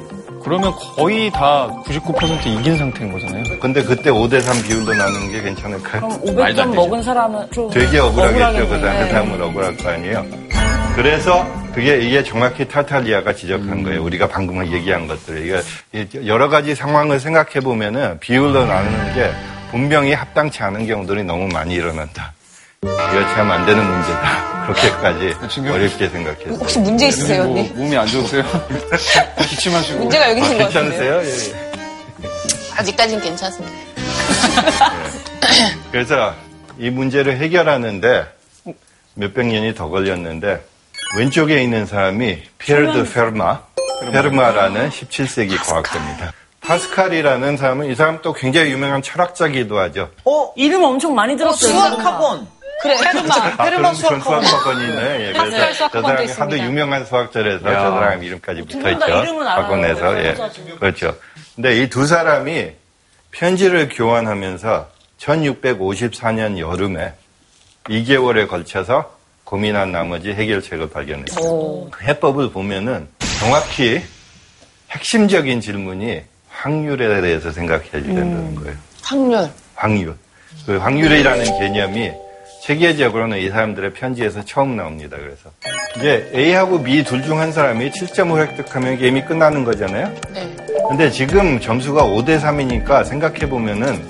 [SPEAKER 2] 그러면 거의 다 99% 이긴 상태인 거잖아요.
[SPEAKER 3] 근데 그때 5대3 비율로 나누는 게 괜찮을까요?
[SPEAKER 9] 그럼
[SPEAKER 7] 말도 안
[SPEAKER 9] 500점
[SPEAKER 7] 되죠.
[SPEAKER 9] 먹은 사람은 좀
[SPEAKER 3] 되게 억울하겠죠. 그
[SPEAKER 9] 억울하겠네.
[SPEAKER 3] 사람은 억울할 거 아니에요. 그래서 그게 이게 정확히 타탈리아가 지적한 거예요. 우리가 방금 얘기한 것들. 이게 여러 가지 상황을 생각해 보면은 비율로 나누는 게 분명히 합당치 않은 경우들이 너무 많이 일어난다. 이거 참 안 되는 문제다. 그렇게까지 어렵게 생각했어요.
[SPEAKER 1] 혹시 문제 있으세요,
[SPEAKER 2] 뭐,
[SPEAKER 1] 언니?
[SPEAKER 2] 몸이 안 좋으세요? 기침하시고.
[SPEAKER 1] 문제가 여기 있는 것 같은데.
[SPEAKER 3] 아, 괜찮으세요? 예, 예.
[SPEAKER 8] 아직까진 괜찮습니다.
[SPEAKER 3] 네. 그래서 이 문제를 해결하는데 몇백 년이 더 걸렸는데 왼쪽에 있는 사람이 피에르드 페르마, 페르마라는 17세기 과학자입니다. 파스칼이라는 사람은 이 사람 또 굉장히 유명한 철학자기도 하죠.
[SPEAKER 5] 어?
[SPEAKER 9] 이름 엄청 많이 들었어요.
[SPEAKER 5] 수학학원!
[SPEAKER 1] 그래, 페르마.
[SPEAKER 3] 아, 그럼 그런 수학학원이 있네. 예, 그래서 저
[SPEAKER 1] 수학학원도
[SPEAKER 3] 사람이
[SPEAKER 1] 있습니다.
[SPEAKER 3] 하도 유명한 수학자라서 저 사람 이름까지
[SPEAKER 9] 분다
[SPEAKER 3] 붙어있죠.
[SPEAKER 9] 이름은 알아요.
[SPEAKER 3] 학원에서. 예.
[SPEAKER 9] 혼자서.
[SPEAKER 3] 그렇죠. 근데 이 두 사람이 편지를 교환하면서 1654년 여름에 2개월에 걸쳐서 고민한 나머지 해결책을 발견했어요. 그 해법을 보면은 정확히 핵심적인 질문이 확률에 대해서 생각해야 된다는 거예요.
[SPEAKER 8] 확률.
[SPEAKER 3] 확률. 그 확률이라는 개념이 세계적으로는 이 사람들의 편지에서 처음 나옵니다. 그래서 이제 A하고 B 둘 중 한 사람이 7점을 획득하면 게임이 끝나는 거잖아요.
[SPEAKER 8] 네.
[SPEAKER 3] 근데 지금 점수가 5대 3이니까 생각해 보면은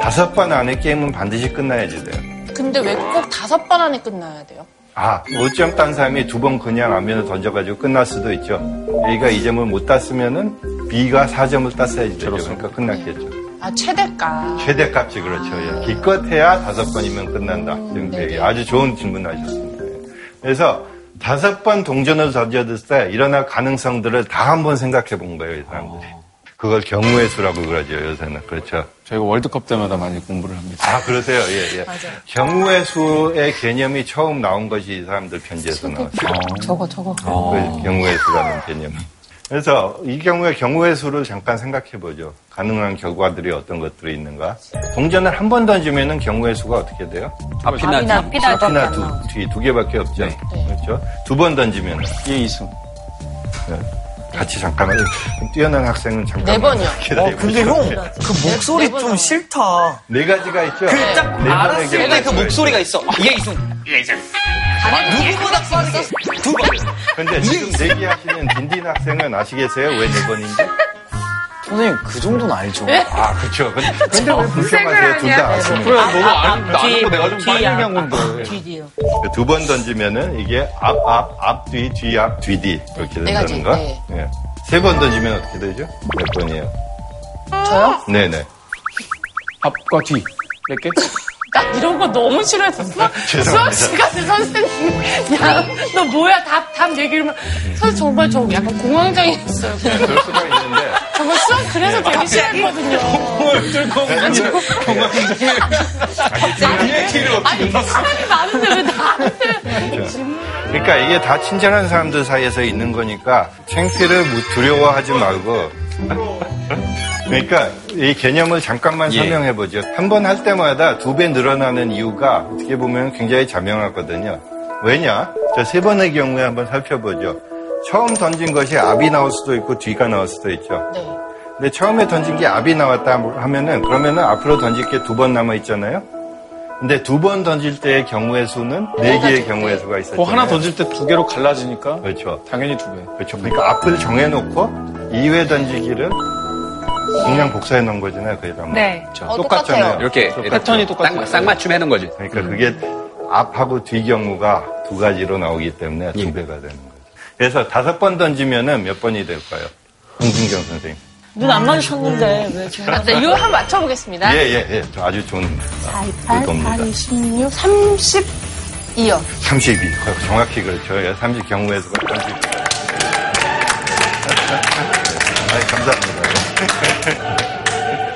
[SPEAKER 3] 다섯 번 안에 게임은 반드시 끝나야지 돼요.
[SPEAKER 8] 근데 왜 꼭 다섯 번 안에 끝나야 돼요?
[SPEAKER 3] 아, 5점 딴 사람이 두 번 그냥 안면을 던져가지고 끝날 수도 있죠. A가 2점을 못 땄으면은 B가 4점을 땄어야지 되죠. 그러니까 끝났겠죠.
[SPEAKER 8] 아, 최대가.
[SPEAKER 3] 최대값이 그렇죠. 예. 기껏해야 다섯 번이면 끝난다. 지금 그 얘기. 아주 좋은 질문하셨습니다. 예. 그래서 다섯 번 동전을 던져줬을 때 일어날 가능성들을 다 한번 생각해 본 거예요, 이 사람들이. 그걸 경우의 수라고 그러죠, 요새는. 그렇죠.
[SPEAKER 2] 저희가 월드컵 때마다 많이 공부를 합니다.
[SPEAKER 3] 아, 그러세요? 예, 예. 경우의 수의 개념이 처음 나온 것이 이 사람들 편지에서 나왔어요.
[SPEAKER 1] 저거, 저거.
[SPEAKER 5] 아.
[SPEAKER 3] 그 경우의 수라는 개념. 그래서 이 경우에 경우의 수를 잠깐 생각해 보죠. 가능한 결과들이 어떤 것들이 있는가. 동전을 한 번 던지면은 경우의 수가 어떻게 돼요?
[SPEAKER 7] 앞이나 뒤.
[SPEAKER 9] 피다
[SPEAKER 3] 하나 두, 뒤, 두 개밖에 없죠.
[SPEAKER 8] 네.
[SPEAKER 3] 그렇죠. 두 번 던지면
[SPEAKER 2] 예, 이승.
[SPEAKER 3] 같이 잠깐만 뛰어난 학생은 잠깐만
[SPEAKER 8] 네 번이요.
[SPEAKER 5] 아,
[SPEAKER 3] 기다려보시죠.
[SPEAKER 5] 근데 형, 그 목소리 좀 싫다.
[SPEAKER 3] 네 가지가 있죠.
[SPEAKER 5] 그 딱
[SPEAKER 3] 네
[SPEAKER 5] 알았을
[SPEAKER 3] 번의
[SPEAKER 5] 때 그
[SPEAKER 3] 경우가
[SPEAKER 5] 목소리가
[SPEAKER 3] 있죠.
[SPEAKER 5] 있어. 아, 얘 이승. 얘 이승. 누구보다 빠르게 두 번.
[SPEAKER 3] 근데 지금 대기하시는 딘딘 학생은 아시겠어요? 왜 네 번인지?
[SPEAKER 5] 선생님, 그 정도는 알죠.
[SPEAKER 3] 아, 그렇죠. 근데, 근데 왜 네, 뭐 불평하세요? 둘 다 아시는
[SPEAKER 7] 그래, 너무 아는 거
[SPEAKER 9] 뒤,
[SPEAKER 7] 아는 거 내가 좀 빨리
[SPEAKER 9] 뒤야.
[SPEAKER 7] 얘기한 건데.
[SPEAKER 9] 뒤지요.
[SPEAKER 3] 그 두 번 던지면은 이게 앞, 앞, 앞, 뒤, 뒤, 앞, 뒤, 뒤. 이렇게
[SPEAKER 8] 가지,
[SPEAKER 3] 된다는 거.
[SPEAKER 8] 네.
[SPEAKER 3] 예. 세 번 던지면 어떻게 되죠? 몇 번이에요?
[SPEAKER 8] 저요?
[SPEAKER 3] 네네.
[SPEAKER 2] 앞과 뒤. 몇 개?
[SPEAKER 8] 나 이런 거 너무 싫어했었어. 수학
[SPEAKER 3] 아, 죄송합니다. 아.
[SPEAKER 8] 시간에 선생님. 야, 너 뭐야? 답, 답 얘기를. 막- 선생님 정말 저 약간 공황장애였어요.
[SPEAKER 3] 그럴 수가 있는데.
[SPEAKER 8] 정말 수학 그래서
[SPEAKER 3] 아,
[SPEAKER 8] 되게 싫어했거든요. 아니, 수학이 많은데 왜 나한테.
[SPEAKER 3] 그러니까 이게 다 친절한 사람들 사이에서 있는 거니까 창피를 무- 두려워하지 말고. 그러니까 이 개념을 잠깐만
[SPEAKER 2] 예.
[SPEAKER 3] 설명해 보죠. 한 번 할 때마다 두 배 늘어나는 이유가 어떻게 보면 굉장히 자명하거든요. 왜냐? 저 세 번의 경우에 한번 살펴보죠. 처음 던진 것이 앞이 나올 수도 있고 뒤가 나올 수도 있죠.
[SPEAKER 8] 네.
[SPEAKER 3] 근데 처음에 던진 게 앞이 나왔다 하면은 그러면은 앞으로 던질 게 두 번 남아 있잖아요. 근데 두 번 던질 때의 경우의 수는 네 개의 경우의 수가
[SPEAKER 2] 그
[SPEAKER 3] 있었잖아요.
[SPEAKER 2] 하나 던질 때 두 개로 갈라지니까
[SPEAKER 3] 그렇죠.
[SPEAKER 2] 당연히 두 개.
[SPEAKER 3] 그렇죠. 그러니까 앞을 정해놓고 2회 던지기를 그냥 복사해 놓은 거잖아요, 그 이름은.
[SPEAKER 6] 네.
[SPEAKER 1] 어,
[SPEAKER 3] 똑같잖아요.
[SPEAKER 7] 이렇게
[SPEAKER 2] 패턴이 똑같아요.
[SPEAKER 7] 쌍- 쌍맞춤 해놓은 거지.
[SPEAKER 3] 그러니까 그게 앞하고 뒤 경우가 두 가지로 나오기 때문에 두 배가 되는 거죠. 그래서 다섯 번 던지면은 몇 번이 될까요? 홍진경 선생님.
[SPEAKER 9] 눈 안 맞으셨는데 왜 제가
[SPEAKER 1] 네,
[SPEAKER 8] 자, 이거 한번 맞춰보겠습니다.
[SPEAKER 3] 예, 예, 예. 저 아주 좋은
[SPEAKER 9] 아,
[SPEAKER 3] 겁니다.
[SPEAKER 9] 네.
[SPEAKER 8] 26, 32요.
[SPEAKER 3] 32. 정확히 그렇죠. 예, 30 경우에서 30. 아 감사합니다.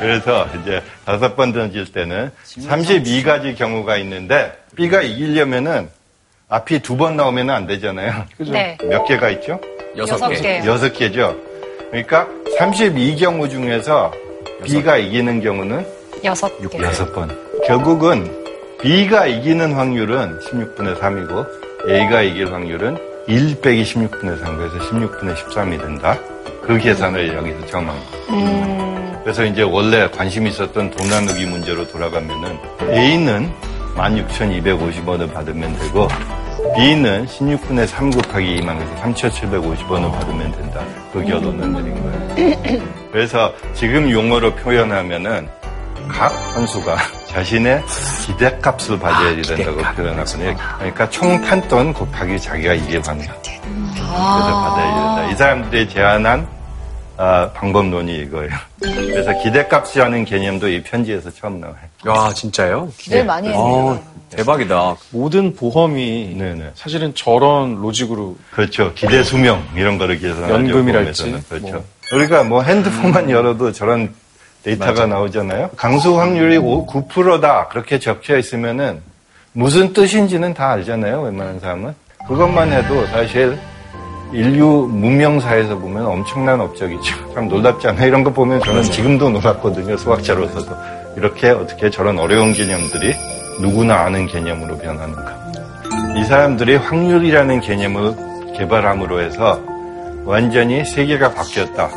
[SPEAKER 3] 그래서 이제 다섯 번 던질 때는 32가지 경우가 있는데 B가 이기려면은 앞이 두 번 나오면 안 되잖아요.
[SPEAKER 6] 네.
[SPEAKER 3] 몇 개가 있죠?
[SPEAKER 7] 여섯 개.
[SPEAKER 1] 네.
[SPEAKER 6] 개요.
[SPEAKER 3] 여섯 개죠. 그러니까 32경우 중에서 B가 이기는 경우는
[SPEAKER 6] 여섯 개.
[SPEAKER 3] 6, 6번. 결국은 B가 이기는 확률은 16분의 3이고 A가 이길 확률은 1 빼기 16분의 3 그래서 16분의 13이 된다. 그 계산을 여기서 처음 한 거예요. 그래서 이제 원래 관심 있었던 돈 나누기 문제로 돌아가면은 A는 16,250원을 받으면 되고 B는 16분의 3 곱하기 2만 그래서 3,750원을 받으면 된다. 그 결론을 내린 거예요. 그래서 지금 용어로 표현하면은 각 선수가 자신의 기대값을 받아야 된다고 표현하거든요. 그러니까 총 판돈 곱하기 자기가 이길 방향. 그래서 아. 받아야 된다. 이 사람들이 제안한 아, 방법론이 이거예요. 그래서 기대값이라는 개념도 이 편지에서 처음 나와요.
[SPEAKER 7] 야, 진짜요?
[SPEAKER 1] 기대를 많이 했네요.
[SPEAKER 7] 아,
[SPEAKER 2] 어,
[SPEAKER 7] 대박이다.
[SPEAKER 2] 모든 보험이
[SPEAKER 3] 네네.
[SPEAKER 2] 사실은 저런 로직으로
[SPEAKER 3] 그렇죠. 기대 수명 이런 거를 계산하죠.
[SPEAKER 2] 연금이랄지,
[SPEAKER 3] 보험에서는. 그렇죠.
[SPEAKER 2] 뭐. 음.
[SPEAKER 3] 우리가 뭐 핸드폰만 열어도 저런 데이터가 나오잖아요. 강수 확률이 5, 9%다 그렇게 적혀 있으면은 무슨 뜻인지는 다 알잖아요. 웬만한 사람은 그것만 해도 사실 인류 문명사에서 보면 엄청난 업적이죠. 참 놀랍잖아요. 이런 거 보면 저는 지금도 놀랐거든요. 수학자로서도 이렇게 어떻게 저런 어려운 개념들이 누구나 아는 개념으로 변하는가. 이 사람들이 확률이라는 개념을 개발함으로 해서 완전히 세계가 바뀌었다.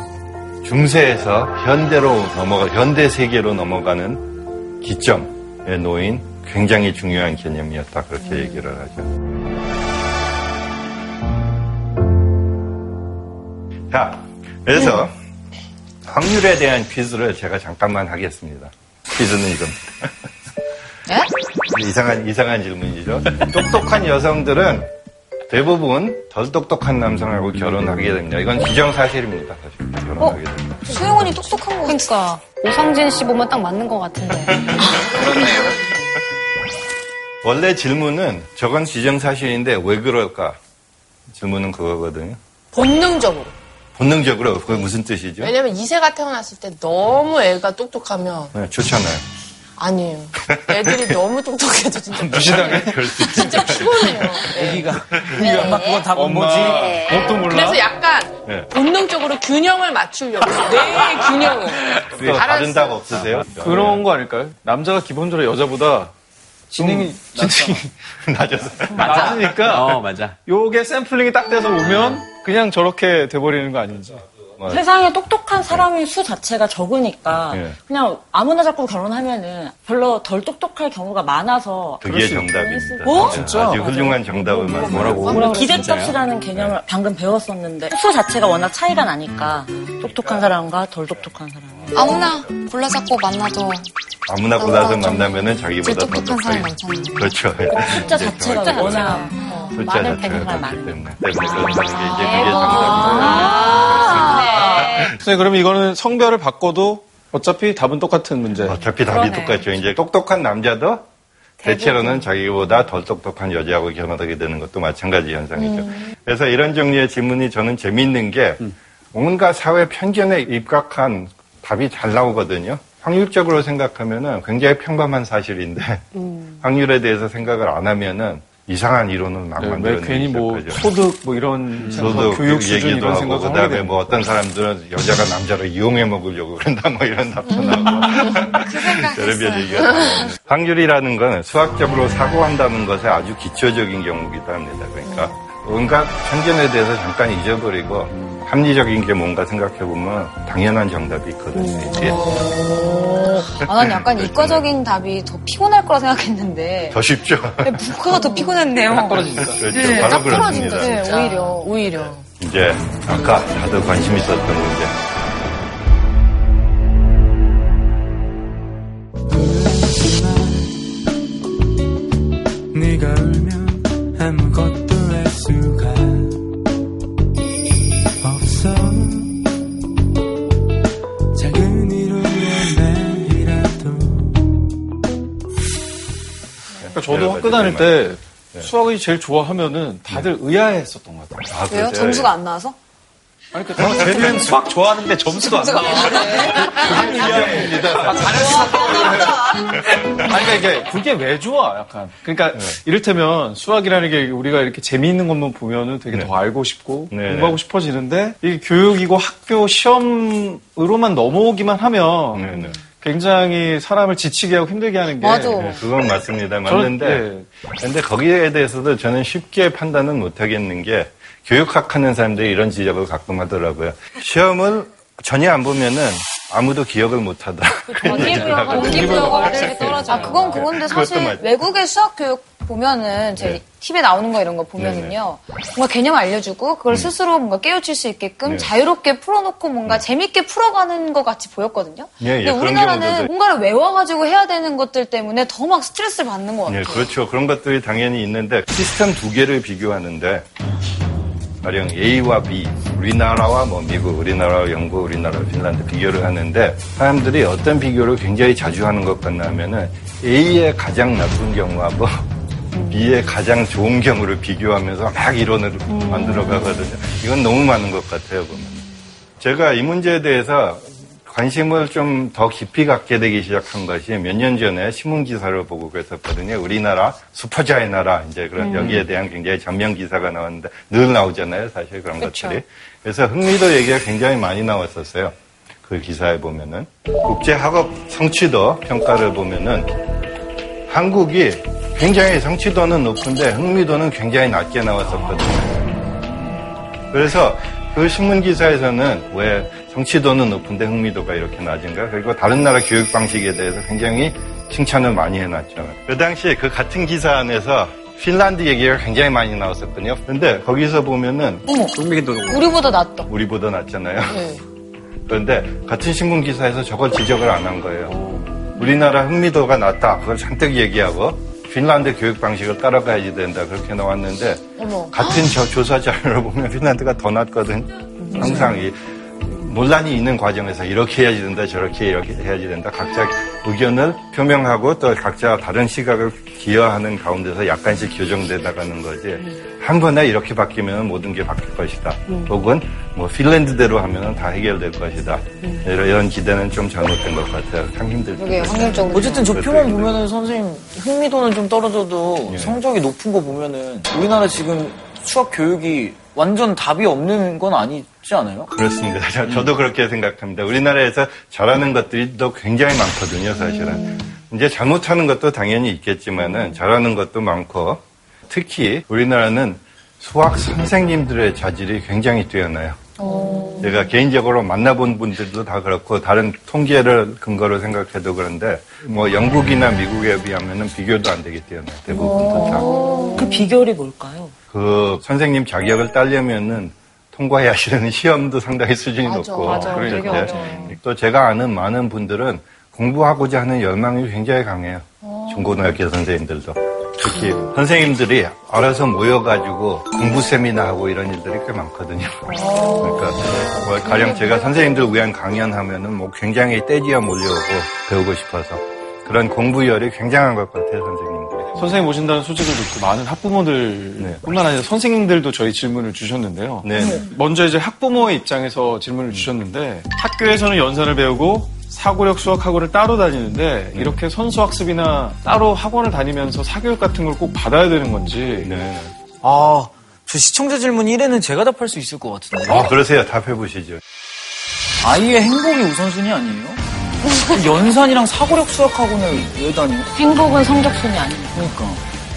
[SPEAKER 3] 중세에서 현대로 넘어가, 현대 세계로 넘어가는 기점에 놓인 굉장히 중요한 개념이었다. 그렇게 얘기를 하죠. 자, 그래서 확률에 대한 퀴즈를 제가 잠깐만 하겠습니다. 퀴즈는 이겁니다. 이상한, 이상한 질문이죠. 똑똑한 여성들은 대부분 덜 똑똑한 남성하고 결혼하게 됩니다. 이건 기정사실입니다. 사실. 결혼하게 됩니다.
[SPEAKER 1] 소영언니 똑똑한 거 그러니까
[SPEAKER 6] 오상진 씨 보면 딱 맞는 것 같은데.
[SPEAKER 5] 그렇네요.
[SPEAKER 3] 원래 질문은 저건 기정사실인데 왜 그럴까? 질문은 그거거든요.
[SPEAKER 9] 본능적으로.
[SPEAKER 3] 본능적으로 그게 무슨 뜻이죠?
[SPEAKER 9] 왜냐면 이세가 태어났을 때 너무 애가 똑똑하면
[SPEAKER 3] 네, 좋잖아요.
[SPEAKER 9] 아니에요. 애들이 너무 똑똑해도 진짜
[SPEAKER 2] 무시당해?
[SPEAKER 3] 그럴 수 있죠.
[SPEAKER 9] 진짜 피곤해요. 예.
[SPEAKER 5] 애기가. 네. 엄마 그건
[SPEAKER 3] 아,
[SPEAKER 5] 답은 뭐지?
[SPEAKER 2] 뭣도 어, 몰라?
[SPEAKER 9] 네. 그래서 약간
[SPEAKER 3] 네.
[SPEAKER 9] 본능적으로 균형을 맞추려고 내 균형을.
[SPEAKER 3] 또 다른
[SPEAKER 9] 알았어요.
[SPEAKER 3] 답 네, 없으세요? 네.
[SPEAKER 2] 그런 거 아닐까요? 남자가 기본적으로 여자보다 지능이 지능이
[SPEAKER 3] 낮아서.
[SPEAKER 2] 낮으니까
[SPEAKER 7] 어, 맞아.
[SPEAKER 2] 요게 샘플링이 딱 돼서
[SPEAKER 3] 네.
[SPEAKER 2] 오면 그냥 저렇게 돼버리는 거 아닌지.
[SPEAKER 9] 세상에 똑똑한 사람의 수 자체가 적으니까
[SPEAKER 3] 예.
[SPEAKER 9] 그냥 아무나 자꾸 결혼하면은 별로 덜 똑똑할 경우가 많아서
[SPEAKER 3] 그게 정답입니다.
[SPEAKER 9] 어?
[SPEAKER 3] 네, 아주 훌륭한 정답을 말씀
[SPEAKER 7] 뭐라고?
[SPEAKER 3] 네.
[SPEAKER 9] 기대값이라는 개념을 방금 배웠었는데 수 자체가 워낙 차이가 나니까
[SPEAKER 3] 네.
[SPEAKER 9] 똑똑한 사람과 덜 똑똑한 사람.
[SPEAKER 1] 어.
[SPEAKER 4] 아무나 골라 잡고 만나도
[SPEAKER 3] 아무나 골라서 만나면은 자기보다 더
[SPEAKER 4] 제일 똑똑한 사람이
[SPEAKER 3] 똑똑해.
[SPEAKER 4] 많잖아요.
[SPEAKER 3] 그렇죠.
[SPEAKER 9] 어, 숫자 자체가 워낙 어,
[SPEAKER 3] 숫자
[SPEAKER 9] 많을 경우가
[SPEAKER 3] 자체가 그렇기
[SPEAKER 9] 많은. 아,
[SPEAKER 3] 때문에. 때문에 그런 게 이제 그게 정답입니다.
[SPEAKER 1] 아.
[SPEAKER 2] 선생님, 그럼 이거는 성별을 바꿔도 어차피 답은 똑같은 문제.
[SPEAKER 3] 어차피 답이 똑같죠. 이제 똑똑한 남자도 대체로는 자기보다 덜 똑똑한 여자하고 결혼하게 되는 것도 마찬가지 현상이죠.
[SPEAKER 9] 음.
[SPEAKER 3] 그래서 이런 종류의 질문이 저는 재미있는 게
[SPEAKER 2] 음.
[SPEAKER 3] 온갖 사회 편견에 입각한 답이 잘 나오거든요. 확률적으로 생각하면은 굉장히 평범한 사실인데
[SPEAKER 9] 음.
[SPEAKER 3] 확률에 대해서 생각을 안 하면은 이상한 이론은 막
[SPEAKER 2] 네, 왜
[SPEAKER 3] 만들어내기
[SPEAKER 2] 괜히 뭐
[SPEAKER 3] 시작하죠.
[SPEAKER 2] 소득 뭐
[SPEAKER 1] 음.
[SPEAKER 2] 이런 생각,
[SPEAKER 3] 저도
[SPEAKER 2] 교육
[SPEAKER 3] 그
[SPEAKER 2] 수준
[SPEAKER 3] 얘기도
[SPEAKER 2] 이런
[SPEAKER 3] 하고
[SPEAKER 2] 생각을 하게
[SPEAKER 3] 그다음에
[SPEAKER 2] 되고.
[SPEAKER 3] 뭐 어떤 사람들은 여자가 남자를 이용해 먹으려고 그런다 뭐 이런 답도 나오고
[SPEAKER 1] 음.
[SPEAKER 3] 여러 개 얘기가 나오는데 확률이라는 건 수학적으로 사고한다는 것에 아주 기초적인 경우기도 합니다. 그러니까 온갖 편견에 대해서 잠깐 잊어버리고
[SPEAKER 2] 음.
[SPEAKER 3] 합리적인 게 뭔가 생각해 보면 당연한 정답이 있거든요. 이게
[SPEAKER 1] 음. 아, 난 약간 이과적인 답이 더 피곤할 거라 생각했는데
[SPEAKER 3] 더 쉽죠.
[SPEAKER 1] 근데 문과가 네, 더 피곤했네요 네.
[SPEAKER 3] 그렇죠. 바로 그렇습니다.
[SPEAKER 1] 오히려
[SPEAKER 9] 오히려.
[SPEAKER 3] 이제 아까 다들 관심 있었던 문제.
[SPEAKER 10] 네가 울면 아무것도 할 수가 없어 작은 이로의 날이라도
[SPEAKER 2] 그러니까 저도 학교 다닐 때 수학이 제일 좋아하면은
[SPEAKER 3] 네.
[SPEAKER 2] 다들 의아해했었던 것 같아요.
[SPEAKER 3] 아,
[SPEAKER 1] 왜요?
[SPEAKER 3] 그렇죠.
[SPEAKER 1] 점수가 안 나와서?
[SPEAKER 2] 아니, 그러니까 저는 쟤는 수학 좋아하는데 점수가 안 나와.
[SPEAKER 1] 네.
[SPEAKER 5] 아, 잘했어.
[SPEAKER 2] 아니, 그러니까 이게 그게 왜 좋아? 약간. 그러니까
[SPEAKER 3] 네.
[SPEAKER 2] 이를테면 수학이라는 게 우리가 이렇게 재미있는 것만 보면은 되게
[SPEAKER 3] 네.
[SPEAKER 2] 더 알고 싶고
[SPEAKER 3] 네,
[SPEAKER 2] 공부하고
[SPEAKER 3] 네.
[SPEAKER 2] 싶어지는데 이게 교육이고 학교 시험으로만 넘어오기만 하면
[SPEAKER 3] 네, 네.
[SPEAKER 2] 굉장히 사람을 지치게 하고 힘들게 하는 게
[SPEAKER 1] 맞아.
[SPEAKER 3] 네, 그건 맞습니다.
[SPEAKER 2] 저는-
[SPEAKER 3] 맞는데. 예. 근데 거기에 대해서도 저는 쉽게 판단은 못 하겠는 게 교육학 하는 사람들이 이런 지적을 가끔 하더라고요. 시험을 전혀 안 보면은 아무도 기억을 못 하다. 어, 예, 그런 얘기를 하거든요.
[SPEAKER 4] 동기부여가 되게 떨어져요.
[SPEAKER 1] 아, 그건 그건데 사실
[SPEAKER 3] 맞-
[SPEAKER 1] 외국의 수학 교육 보면은 제
[SPEAKER 3] 네.
[SPEAKER 1] TV에 나오는 거 이런 거 보면은요. 뭔가 개념 알려주고 그걸 스스로 뭔가 깨우칠 수 있게끔
[SPEAKER 3] 네.
[SPEAKER 1] 자유롭게 풀어놓고 뭔가 재밌게 풀어가는 것 같이 보였거든요.
[SPEAKER 3] 예,
[SPEAKER 1] 근데
[SPEAKER 3] 예, 그런
[SPEAKER 1] 우리나라는
[SPEAKER 3] 경우도
[SPEAKER 1] 뭔가를 외워가지고 해야 되는 것들 때문에 더 막 스트레스를 받는 것 같아요.
[SPEAKER 3] 네, 그렇죠. 그런 것들이 당연히 있는데 시스템 두 개를 비교하는데 가령 A와 B, 우리나라와 뭐 미국, 우리나라와 영국, 우리나라, 와 핀란드 비교를 하는데 사람들이 어떤 비교를 굉장히 자주 하는 것 같나 하면은 A의 가장 나쁜 경우하고 B의 가장 좋은 경우를 비교하면서 막 이론을 만들어 가거든요. 이건 너무 많은 것 같아요, 보면. 제가 이 문제에 대해서 관심을 좀 더 깊이 갖게 되기 시작한 것이 몇 년 전에 신문 기사를 보고 그랬었거든요. 우리나라 수포자의 나라 이제 그런 여기에 대한 굉장히 전면 기사가 나왔는데 늘 나오잖아요, 사실 그런 것들이. 그래서 흥미도 얘기가 굉장히 많이 나왔었어요. 그 기사에 보면은 국제 학업 성취도 평가를 보면은 한국이 굉장히 성취도는 높은데 흥미도는 굉장히 낮게 나왔었거든요. 그래서 그 신문 기사에서는 왜 성취도는 높은데 흥미도가 이렇게 낮은가? 그리고 다른 나라 교육 방식에 대해서 굉장히 칭찬을 많이 해놨죠. 그 당시에 그 같은 기사 안에서 핀란드 얘기가 굉장히 많이 나왔었거든요. 근데 거기서 보면은
[SPEAKER 7] 흥미도
[SPEAKER 1] 우리보다 낫다.
[SPEAKER 3] 우리보다 낫잖아요. 그런데 같은 신문 기사에서 저걸 지적을 안 한 거예요. 우리나라 흥미도가 낮다. 그걸 잔뜩 얘기하고 핀란드 교육 방식을 따라가야 된다. 그렇게 나왔는데
[SPEAKER 9] 네.
[SPEAKER 1] 어머.
[SPEAKER 3] 같은 저 조사 자료를 보면 핀란드가 더 낮거든. 항상 이 논란이 있는 과정에서 이렇게 해야지 된다, 저렇게 이렇게 해야지 된다. 각자 의견을 표명하고 또 각자 다른 시각을 기여하는 가운데서 약간씩 교정돼 나가는 거지. 한 번에 이렇게 바뀌면 모든 게 바뀔 것이다.
[SPEAKER 11] 음.
[SPEAKER 3] 혹은 뭐 핀란드대로 하면 다 해결될 것이다. 이런, 이런 기대는 좀 잘못된 것 같아요. 참 힘들죠.
[SPEAKER 5] 어쨌든 저 표만 보면은 선생님 흥미도는 좀 떨어져도 성적이 높은 거 보면은 우리나라 지금 수학 교육이 완전 답이 없는 건 아니지 않아요?
[SPEAKER 3] 그렇습니다. 저, 저도 그렇게 생각합니다. 우리나라에서 잘하는 것들이 또 굉장히 많거든요, 사실은. 이제 잘못하는 것도 당연히 있겠지만은 잘하는 것도 많고 특히 우리나라는 수학 선생님들의 자질이 굉장히 뛰어나요. 제가 개인적으로 만나본 분들도 다 그렇고 다른 통계를 근거로 생각해도 그런데 뭐 영국이나 미국에 비하면은 비교도 안 되기 때문에 대부분 다.
[SPEAKER 9] 그 비결이 뭘까요?
[SPEAKER 3] 그 선생님 자격을 따려면은 통과해야 하는 시험도 상당히 수준이 높고
[SPEAKER 9] 맞아. 되게
[SPEAKER 3] 그런데
[SPEAKER 9] 어려워요.
[SPEAKER 3] 또 제가 아는 많은 분들은 공부하고자 하는 열망이 굉장히 강해요.
[SPEAKER 9] 어.
[SPEAKER 3] 중고등학교 선생님들도 특히 선생님들이 알아서 모여가지고 공부 세미나 하고 이런 일들이 꽤 많거든요.
[SPEAKER 9] 어.
[SPEAKER 3] 그러니까 뭐 가령 제가 선생님들 위한 강연하면은 뭐 굉장히 떼지어 몰려오고 배우고 싶어서 그런 공부열이 굉장한 것 같아요, 선생님들이.
[SPEAKER 2] 선생님 오신다는 소식을 듣고 많은 학부모들뿐만 아니라 선생님들도 저희 질문을 주셨는데요.
[SPEAKER 3] 네. 네.
[SPEAKER 2] 먼저 이제 학부모의 입장에서 질문을 주셨는데 학교에서는 연산을 배우고 사고력 수학 학원을 따로 다니는데 이렇게 선수 학습이나 따로 학원을 다니면서 사교육 같은 걸 꼭 받아야 되는 건지.
[SPEAKER 3] 네.
[SPEAKER 5] 아, 저 시청자 질문 1에는 제가 답할 수 있을 것 같은데.
[SPEAKER 3] 아, 그러세요. 답해 보시죠.
[SPEAKER 5] 아이의 행복이 우선순위 아니에요? 연산이랑 사고력 수학하고는 왜 다녀요?
[SPEAKER 9] 행복은 성적순이 아닙니다.
[SPEAKER 5] 그러니까.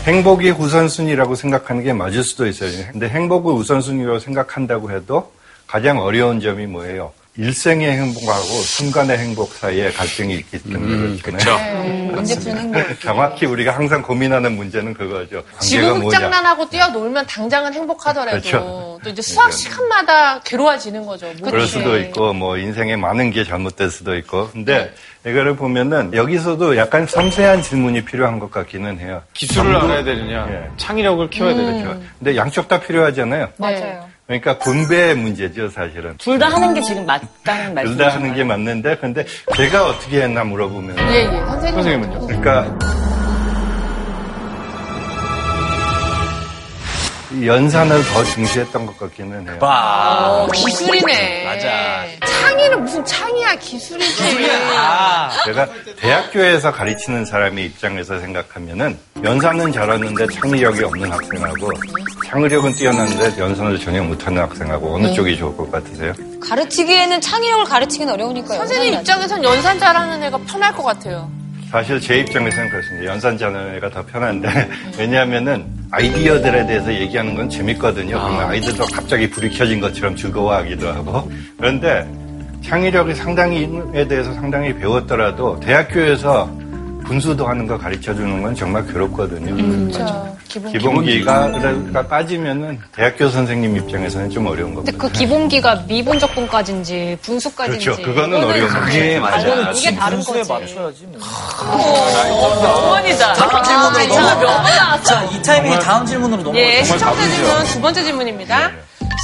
[SPEAKER 3] 행복이 우선순위라고 생각하는 게 맞을 수도 있어요. 근데 행복을 우선순위로 생각한다고 해도 가장 어려운 점이 뭐예요? 일생의 행복하고 순간의 행복 사이에 갈등이 있기 때문에
[SPEAKER 11] 네.
[SPEAKER 3] 그렇잖아요.
[SPEAKER 9] 음.
[SPEAKER 1] 언제 푸는 행복.
[SPEAKER 3] 정확히 우리가 항상 고민하는 문제는 그거죠. 관계가
[SPEAKER 11] 지구
[SPEAKER 3] 뭐냐?
[SPEAKER 11] 흑장난하고 뛰어놀면 당장은 행복하더라도
[SPEAKER 3] 그렇죠.
[SPEAKER 11] 또 이제 수학 시간마다 괴로워지는 거죠. 네.
[SPEAKER 3] 그럴 수도 있고 뭐 인생에 많은 게 잘못될 수도 있고 근데
[SPEAKER 11] 네.
[SPEAKER 3] 이거를 보면은 여기서도 약간 섬세한 질문이 필요한 것 같기는 해요.
[SPEAKER 2] 기술을 알아야 되느냐, 창의력을 키워야 되느냐.
[SPEAKER 11] 음.
[SPEAKER 3] 근데 양쪽 다 필요하잖아요.
[SPEAKER 9] 맞아요.
[SPEAKER 3] 그러니까 분배의 문제죠, 사실은.
[SPEAKER 9] 둘 다 하는 게 지금 맞다는 말씀.
[SPEAKER 3] 둘 다 하는 게 맞는데, 근데 제가 어떻게 했나 물어보면.
[SPEAKER 11] 예, 예. 선생님.
[SPEAKER 2] 선생님은요?
[SPEAKER 3] 그러니까. 이 연산을 더 중시했던 것 같기는 해요.
[SPEAKER 11] 어, 기술이네.
[SPEAKER 3] 맞아.
[SPEAKER 11] 창의는 무슨 창의야, 기술이지.
[SPEAKER 3] 제가 대학교에서 가르치는 사람의 입장에서 생각하면은 연산은 잘하는데 창의력이 없는 학생하고 창의력은 뛰어났는데 연산을 전혀 못하는 학생하고 어느
[SPEAKER 1] 네.
[SPEAKER 3] 쪽이 좋을 것 같으세요?
[SPEAKER 1] 가르치기에는 창의력을 가르치기는 어려우니까요.
[SPEAKER 11] 선생님 입장에선 연산 잘하는 애가 편할 것 같아요.
[SPEAKER 3] 사실 제 입장에서는 그렇습니다. 연산자녀가 더 편한데 왜냐하면은 아이디어들에 대해서 얘기하는 건 재밌거든요. 그러면 아이들도 갑자기 불이 켜진 것처럼 즐거워하기도 하고 그런데 창의력이 상당히 에 대해서 상당히 배웠더라도 대학교에서 분수도 하는 거 가르쳐 주는 건 정말 괴롭거든요. 그러니까
[SPEAKER 1] 그렇죠. 기본
[SPEAKER 3] 음, 기본기가 그러니까 빠지면은 대학교 선생님 입장에서는 좀 어려운
[SPEAKER 1] 근데
[SPEAKER 3] 겁니다.
[SPEAKER 1] 그 기본기가 미분적분까지인지 분수까지인지.
[SPEAKER 3] 그렇죠. 그거는 어려운 거죠.
[SPEAKER 1] 그게
[SPEAKER 5] 그거는
[SPEAKER 1] 이게
[SPEAKER 5] 지금
[SPEAKER 1] 다른
[SPEAKER 5] 분수에
[SPEAKER 1] 거지.
[SPEAKER 5] 맞춰야지 뭐.
[SPEAKER 11] 어머니다.
[SPEAKER 5] 다음 질문으로 넘어가. 자, 이 타이밍에
[SPEAKER 2] 정말-
[SPEAKER 5] 다음 질문으로 넘어가.
[SPEAKER 11] 예, 시청자 질문 두 번째 질문입니다.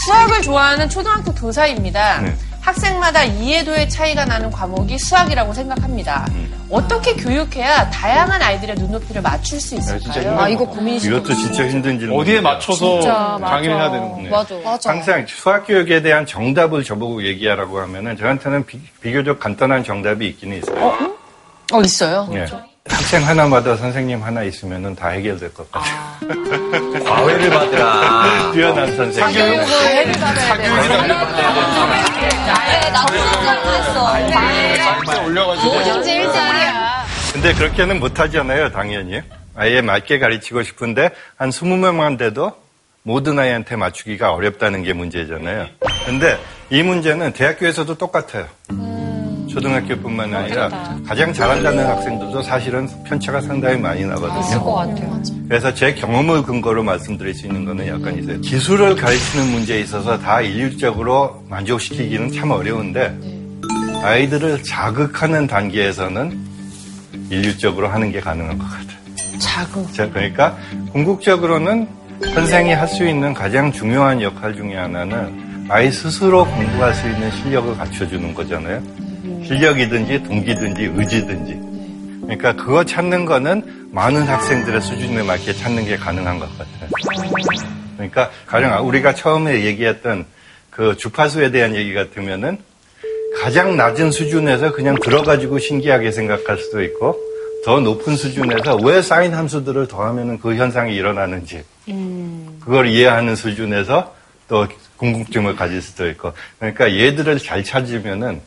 [SPEAKER 11] 수학을 좋아하는 초등학교 교사입니다.
[SPEAKER 5] 네.
[SPEAKER 11] 학생마다 이해도의 차이가 나는 과목이 수학이라고 생각합니다. 어떻게 교육해야 다양한 아이들의 눈높이를 맞출 수 있을까요?
[SPEAKER 1] 아,
[SPEAKER 3] 이것도 진짜 힘든 질문.
[SPEAKER 2] 어디에 맞춰서 진짜, 맞아. 강의를 해야 되는 건데.
[SPEAKER 11] 맞아. 맞아.
[SPEAKER 3] 항상 수학 교육에 대한 정답을 저보고 얘기하라고 하면은 저한테는 비, 교적 간단한 정답이 있기는 있어요.
[SPEAKER 11] 어, 있어요.
[SPEAKER 3] 예. 학생 하나마다 선생님 하나 있으면은 다 해결될 것 같아요. 과외를 받으라. 뛰어난 선생님.
[SPEAKER 1] 네,
[SPEAKER 11] 진짜 일자리야.
[SPEAKER 3] 근데 그렇게는 못하잖아요, 당연히. 아예 맞게 가르치고 싶은데 한 20명만 돼도 모든 아이한테 맞추기가 어렵다는 게 문제잖아요. 근데 이 문제는 대학교에서도 똑같아요. 초등학교뿐만 음. 아니라 가장 잘한다는 학생들도 사실은 편차가 상당히 많이 나거든요.
[SPEAKER 1] 것 같아요.
[SPEAKER 3] 그래서 제 경험을 근거로 말씀드릴 수 있는 거는 약간 있어요. 기술을 가르치는 문제에 있어서 다 일률적으로 만족시키기는 참 어려운데 아이들을 자극하는 단계에서는 일률적으로 하는 게 가능한 것 같아요.
[SPEAKER 11] 자극.
[SPEAKER 3] 자, 그러니까 궁극적으로는 선생이 할 수 있는 가장 중요한 역할 중에 하나는 아이 스스로 공부할 수 있는 실력을 갖춰주는 거잖아요. 실력이든지 동기든지 의지든지. 그러니까 그거 찾는 거는 많은 학생들의 수준에 맞게 찾는 게 가능한 것 같아요. 그러니까 가령 우리가 처음에 얘기했던 그 주파수에 대한 얘기 같으면은 가장 낮은 수준에서 그냥 들어가지고 신기하게 생각할 수도 있고 더 높은 수준에서 왜 사인 함수들을 더하면 그 현상이 일어나는지 그걸 이해하는 수준에서 또 궁금증을 가질 수도 있고 그러니까 얘들을 잘 찾으면은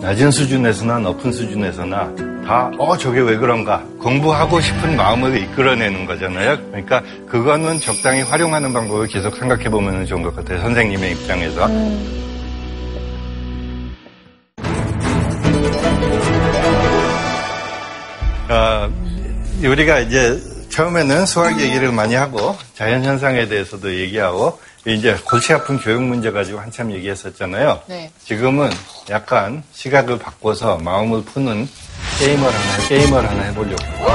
[SPEAKER 3] 낮은 수준에서나 높은 수준에서나 다 어 저게 왜 그런가 공부하고 싶은 마음을 이끌어내는 거잖아요 그러니까 그거는 적당히 활용하는 방법을 계속 생각해 보면 좋은 것 같아요 선생님의 입장에서 아, 우리가 이제 처음에는 수학 얘기를 많이 하고 자연 현상에 대해서도 얘기하고 이제 골치 아픈 교육 문제 가지고 한참 얘기했었잖아요.
[SPEAKER 11] 네.
[SPEAKER 3] 지금은 약간 시각을 바꿔서 마음을 푸는 게임을 하나 게임을 하나 해보려고.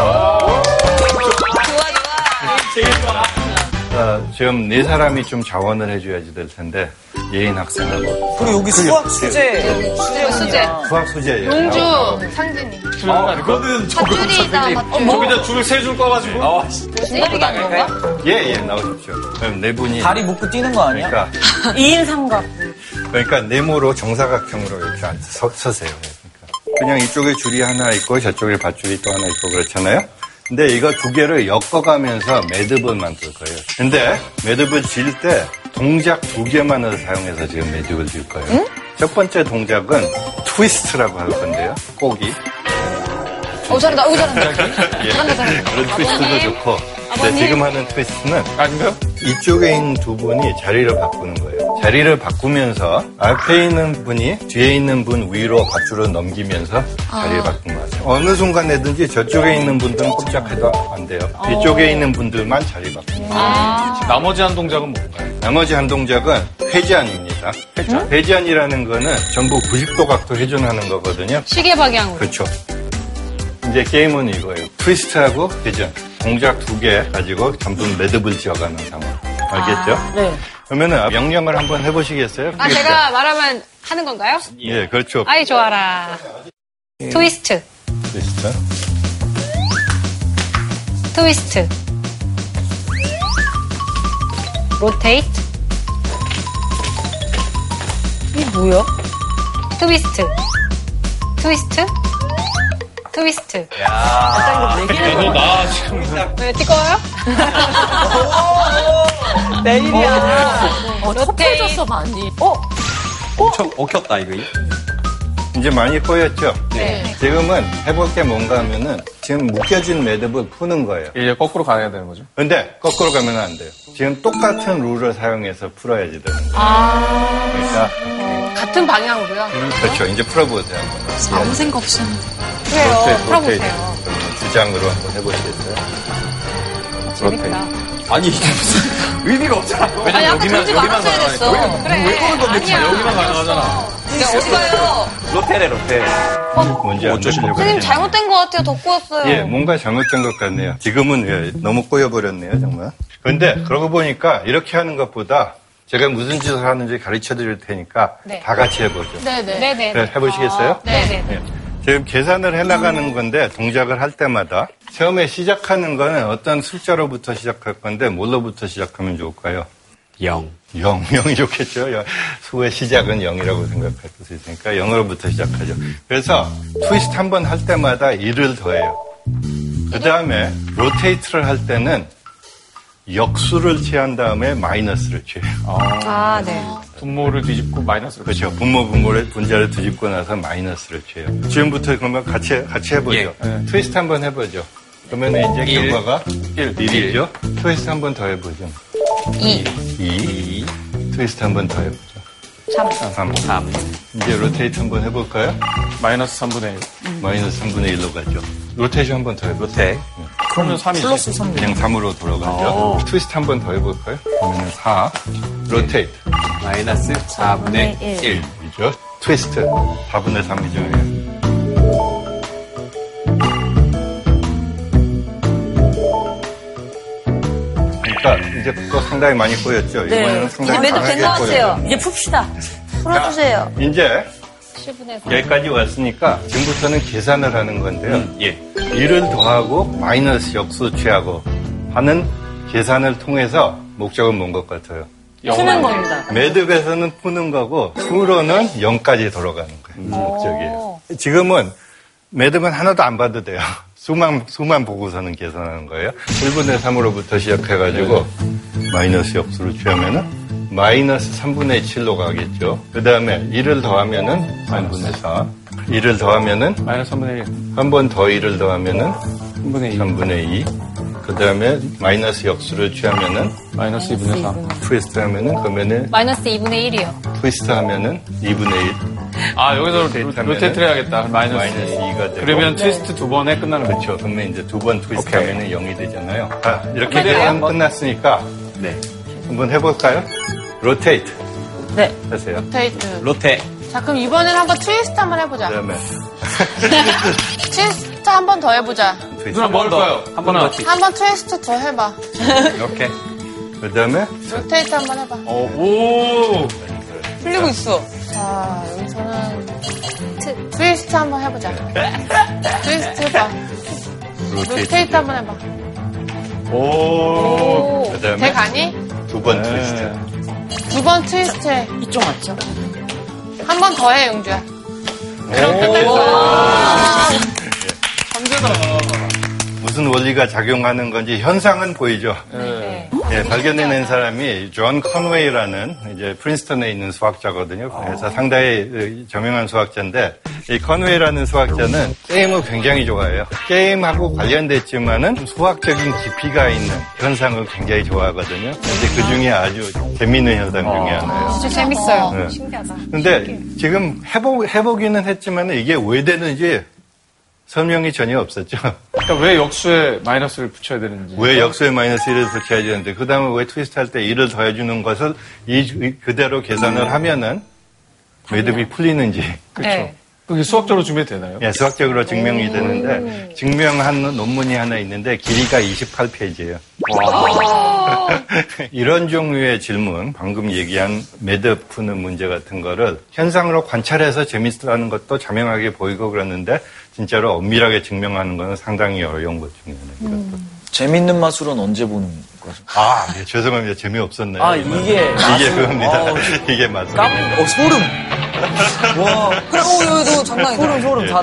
[SPEAKER 3] 아, 지금 네 사람이 좀 자원을 해줘야지 될 텐데 예인 학생하고
[SPEAKER 5] 그리고 여기 수학 수제.
[SPEAKER 11] 수제, 수제.
[SPEAKER 3] 수학 소재
[SPEAKER 11] 용주, 상진이.
[SPEAKER 2] 아, 그거는
[SPEAKER 11] 밧줄이다, 밧줄.
[SPEAKER 2] 거기다 줄을 세 줄 꺼가지고.
[SPEAKER 9] 지갑이 가는 건가?
[SPEAKER 3] 예예 나오십시오. 그럼 네 분이
[SPEAKER 5] 다리 묶고 뛰는 거 아니야?
[SPEAKER 3] 그러니까
[SPEAKER 9] 2인 삼각.
[SPEAKER 3] 그러니까 네모로 정사각형으로 이렇게 앉아 서, 서세요. 그냥 이쪽에 줄이 하나 있고 저쪽에 밧줄이 또 하나 있고 그렇잖아요. 근데 이거 두 개를 엮어가면서 매듭을 만들 거예요. 근데 매듭을 질 때 동작 두 개만을 사용해서 지금 매듭을 질 거예요. 첫 번째 동작은 트위스트라고 할 건데요. 꼬기.
[SPEAKER 1] 어, 잘한다. 어, 잘한다.
[SPEAKER 3] 예. 그런 트위스트도 좋고. 근데 지금 하는 트위스트는
[SPEAKER 2] 아닌가요?
[SPEAKER 3] 이쪽에 있는 두 분이 자리를 바꾸는 거예요. 자리를 바꾸면서 앞에 있는 분이 뒤에 있는 분 위로 밧줄을 넘기면서 자리를 바꾼 거죠. 어느 순간에든지 저쪽에 있는 분들은 꼼짝해도 안 돼요. 이쪽에 있는 분들만 자리 바꾸는 거예요.
[SPEAKER 2] 나머지 한 동작은 뭐 뭔가요?
[SPEAKER 3] 나머지 한 동작은 회전입니다. 회전. 회전이라는 거는 전부 90도 각도 회전하는 거거든요.
[SPEAKER 1] 시계 방향으로.
[SPEAKER 3] 그렇죠. 이제 게임은 이거예요. 트위스트하고 회전. 동작 두 개 가지고 전부 매듭을 지어가는 상황. 알겠죠?
[SPEAKER 9] 네.
[SPEAKER 3] 그러면은 명령을 한번 해보시겠어요?
[SPEAKER 1] 아, 제가 말하면 하는 건가요?
[SPEAKER 3] 예, 그렇죠.
[SPEAKER 1] 아이, 좋아라. 트위스트,
[SPEAKER 3] 트위스트.
[SPEAKER 1] 트위스트. 로테이트,
[SPEAKER 9] 이게 뭐야?
[SPEAKER 1] 트위스트. 트위스트? 트위스트.
[SPEAKER 2] 나 지금
[SPEAKER 1] 왜 뜨거워요?
[SPEAKER 9] 어, 첩해졌어 많이. 어?
[SPEAKER 7] 엄청 억혔다 이거.
[SPEAKER 3] 이제 많이 꼬였죠?
[SPEAKER 1] 네.
[SPEAKER 3] 지금은 해볼 게 뭔가 하면은 지금 묶여진 매듭을 푸는 거예요.
[SPEAKER 2] 이제 거꾸로 가야 되는 거죠.
[SPEAKER 3] 근데 거꾸로 가면 안 돼요. 지금 똑같은 룰을 사용해서 풀어야지 되는 거예요. 그러니까
[SPEAKER 11] 같은 방향으로요?
[SPEAKER 3] 그렇죠. 이제 풀어보세요. 한번.
[SPEAKER 1] 아무 생각 없이 하는데.
[SPEAKER 3] 로테이트,
[SPEAKER 1] 풀어보세요.
[SPEAKER 3] 로테이트. 그러면 주장으로 한번 해보시겠어요? 로테이트.
[SPEAKER 7] 아니 이게 무슨 의미가 없잖아.
[SPEAKER 1] 아니, 아까 그러지 말았어야 됐어. 그래.
[SPEAKER 7] 왜 그런 건데
[SPEAKER 1] 아니야.
[SPEAKER 7] 여기만 가능하잖아.
[SPEAKER 1] 내가 어디 가요?
[SPEAKER 7] 로테레 로테.
[SPEAKER 3] 뭔지 안
[SPEAKER 7] 어쩌시려고
[SPEAKER 3] 되시려고
[SPEAKER 1] 선생님 잘못된 것 같아요. 덕구였어요. 네.
[SPEAKER 3] 예, 뭔가 잘못된 것 같네요. 지금은 예, 너무 꼬여버렸네요, 정말. 근데 그러고 보니까 이렇게 하는 것보다 제가 무슨 짓을 하는지 가르쳐 드릴 테니까 다 같이 해보죠.
[SPEAKER 11] 네네.
[SPEAKER 1] 네. 네네. 아,
[SPEAKER 3] 네, 해보시겠어요?
[SPEAKER 1] 네네.
[SPEAKER 3] 예. 지금 계산을 해나가는 건데 동작을 할 때마다 처음에 시작하는 거는 어떤 숫자로부터 시작할 건데 뭘로부터 시작하면 좋을까요?
[SPEAKER 7] 영.
[SPEAKER 3] 영, 영이 좋겠죠. 영. 수의 시작은 영이라고 생각할 수 있으니까 영으로부터 시작하죠. 그래서 트위스트 한 번 할 때마다 일을 더해요. 그 다음에 로테이트를 할 때는 역수를 취한 다음에 마이너스를 취해요.
[SPEAKER 1] 아, 네.
[SPEAKER 2] 분모를 뒤집고 마이너스로.
[SPEAKER 3] 그렇죠. 분모 분모를 분자를 뒤집고 나서 마이너스를 취해요. 지금부터 그러면 같이 같이 해보죠. 네. 트위스트 한 번 해보죠. 그러면 이제
[SPEAKER 7] 예. 일.
[SPEAKER 3] 결과가
[SPEAKER 7] 1,
[SPEAKER 3] 1이죠. 트위스트 한 번 더 해보죠.
[SPEAKER 1] 2.
[SPEAKER 3] 2. 트위스트 한 번 더 해보죠. 3. 3.
[SPEAKER 7] 3.
[SPEAKER 3] 이제 로테이트 한 번 해볼까요?
[SPEAKER 2] 마이너스 3분의 1.
[SPEAKER 3] 마이너스 3분의 1로 가죠. 로테이션 한 번 더 해볼까요? 예.
[SPEAKER 7] 로테.
[SPEAKER 2] 그러면 3이지.
[SPEAKER 5] 플러스 3.
[SPEAKER 3] 그냥 3으로 돌아가죠.
[SPEAKER 7] 어.
[SPEAKER 3] 트위스트 한 번 더 해볼까요? 그러면 4. 로테이트.
[SPEAKER 7] 마이너스 4분의
[SPEAKER 9] 예.
[SPEAKER 7] 1.
[SPEAKER 3] 이죠 트위스트. 4분의 3이죠. 자, 그러니까 이제 또 상당히 많이 꼬였죠?
[SPEAKER 9] 네.
[SPEAKER 3] 이번에는 상당히
[SPEAKER 9] 이제 매듭
[SPEAKER 3] 강하게
[SPEAKER 9] 된것 같아요.
[SPEAKER 3] 꼬였죠.
[SPEAKER 9] 이제 풉시다. 풀어주세요.
[SPEAKER 3] 이제
[SPEAKER 9] 7분의
[SPEAKER 3] 여기까지 왔으니까 지금부터는 계산을 하는 건데요. 예. 1을 더하고 마이너스 역수 취하고 하는 계산을 통해서 목적은 뭔 것 같아요?
[SPEAKER 9] 푸는 겁니다.
[SPEAKER 3] 매듭에서는 푸는 거고 수로는 0까지 돌아가는 거예요. 목적이에요. 지금은 매듭은 하나도 안 봐도 돼요. 수만 수만 보고서는 계산하는 거예요. 1분의 3으로부터 시작해가지고 마이너스 역수를 취하면은 마이너스 3분의 7로 가겠죠. 그 다음에 1을 더하면은 3분의 4. 1을 더하면은 마이너스 3분의 1. 한 번 더 1을 더하면은 3분의 2. 그 다음에 마이너스 역수를 취하면은 마이너스 2분의 3. 트위스트 하면은 그러면은
[SPEAKER 1] 마이너스 2분의 1이요.
[SPEAKER 3] 트위스트 하면은 2분의 1.
[SPEAKER 2] 아, 여기서 로테이트를 해야겠다. 마이너스,
[SPEAKER 3] 네, 마이너스 2가 되고.
[SPEAKER 2] 그러면 트위스트 두 번에 끝나는
[SPEAKER 3] 거죠. 네. 그렇죠. 그러면 이제 두 번 트위스트 하면은 0이 되잖아요. 아, 이렇게
[SPEAKER 2] 한번 해요?
[SPEAKER 3] 되면 끝났으니까. 네. 한번 해볼까요? 로테이트.
[SPEAKER 9] 네.
[SPEAKER 3] 하세요.
[SPEAKER 11] 테이트.
[SPEAKER 3] 로테.
[SPEAKER 11] 자, 그럼 이번엔 한번 트위스트 한번 해보자.
[SPEAKER 3] 그 다음에
[SPEAKER 11] 트위스트 한 번 더 해보자.
[SPEAKER 3] 누나 뭘까요? 한번
[SPEAKER 7] 네.
[SPEAKER 3] 같이.
[SPEAKER 11] 한 번 트위스트 더 해봐.
[SPEAKER 3] 이렇게. 그 다음에
[SPEAKER 11] 로테이트 한 번 해봐.
[SPEAKER 3] 오.
[SPEAKER 11] 풀리고 있어. 자, 여기서는 트, 트위스트 한 번 해보자. 트위스트 해봐. 로테이트 한 번 해봐.
[SPEAKER 3] 오. 그 다음에
[SPEAKER 11] 대 가니?
[SPEAKER 3] 두 번 트위스트.
[SPEAKER 11] 두 번 트위스트 해.
[SPEAKER 9] 이쪽 맞죠?
[SPEAKER 11] 한 번 더 해, 영주야.
[SPEAKER 3] 어. 무슨 원리가 작용하는 건지 현상은 보이죠. 예, 발견해낸 사람이 존 컨웨이라는 이제 프린스턴에 있는 수학자거든요. 그래서 상당히 어, 저명한 수학자인데 이 컨웨이라는 수학자는 게임을 굉장히 좋아해요. 게임하고 관련됐지만은 수학적인 깊이가 있는 현상을 굉장히 좋아하거든요. 근데 그 중에 아주 재미있는 현상 중에 하나예요.
[SPEAKER 1] 진짜 재밌어요.
[SPEAKER 3] 네.
[SPEAKER 1] 신기하다.
[SPEAKER 3] 근데 지금 해보, 해보기는 했지만 이게 왜 되는지 설명이 전혀 없었죠.
[SPEAKER 2] 그러니까 왜 역수에 마이너스를 붙여야 되는지.
[SPEAKER 3] 왜 역수에 마이너스 1을 붙여야 되는데, 그 다음에 왜 트위스트 할 때 1을 더해주는 것을 이, 이- 그대로 계산을 하면은 매듭이 풀리는지.
[SPEAKER 2] 그렇죠.
[SPEAKER 1] 네.
[SPEAKER 2] 그게 수학적으로 준비 되나요?
[SPEAKER 3] 예, 수학적으로 증명이 되는데, 증명한 논문이 하나 있는데, 길이가 28페이지예요. 이런 종류의 질문, 방금 얘기한 매듭 푸는 문제 같은 거를 현상으로 관찰해서 재밌다는 것도 자명하게 보이고 그러는데, 진짜로 엄밀하게 증명하는 거는 상당히 어려운 것 중에 하나예요.
[SPEAKER 5] 재밌는 맛으로는 언제 보는 거죠?
[SPEAKER 3] 아, 예, 죄송합니다. 재미없었네요.
[SPEAKER 5] 아,
[SPEAKER 3] 이거는.
[SPEAKER 5] 이게
[SPEAKER 3] 이게
[SPEAKER 5] 맛으로-
[SPEAKER 3] 그겁니다. 어, 네.
[SPEAKER 5] 아우,
[SPEAKER 3] 이게 맞습니다.
[SPEAKER 5] 깜, 어, 소름. 와.
[SPEAKER 1] 소름도 장난이다.
[SPEAKER 5] 소름, 소름 다.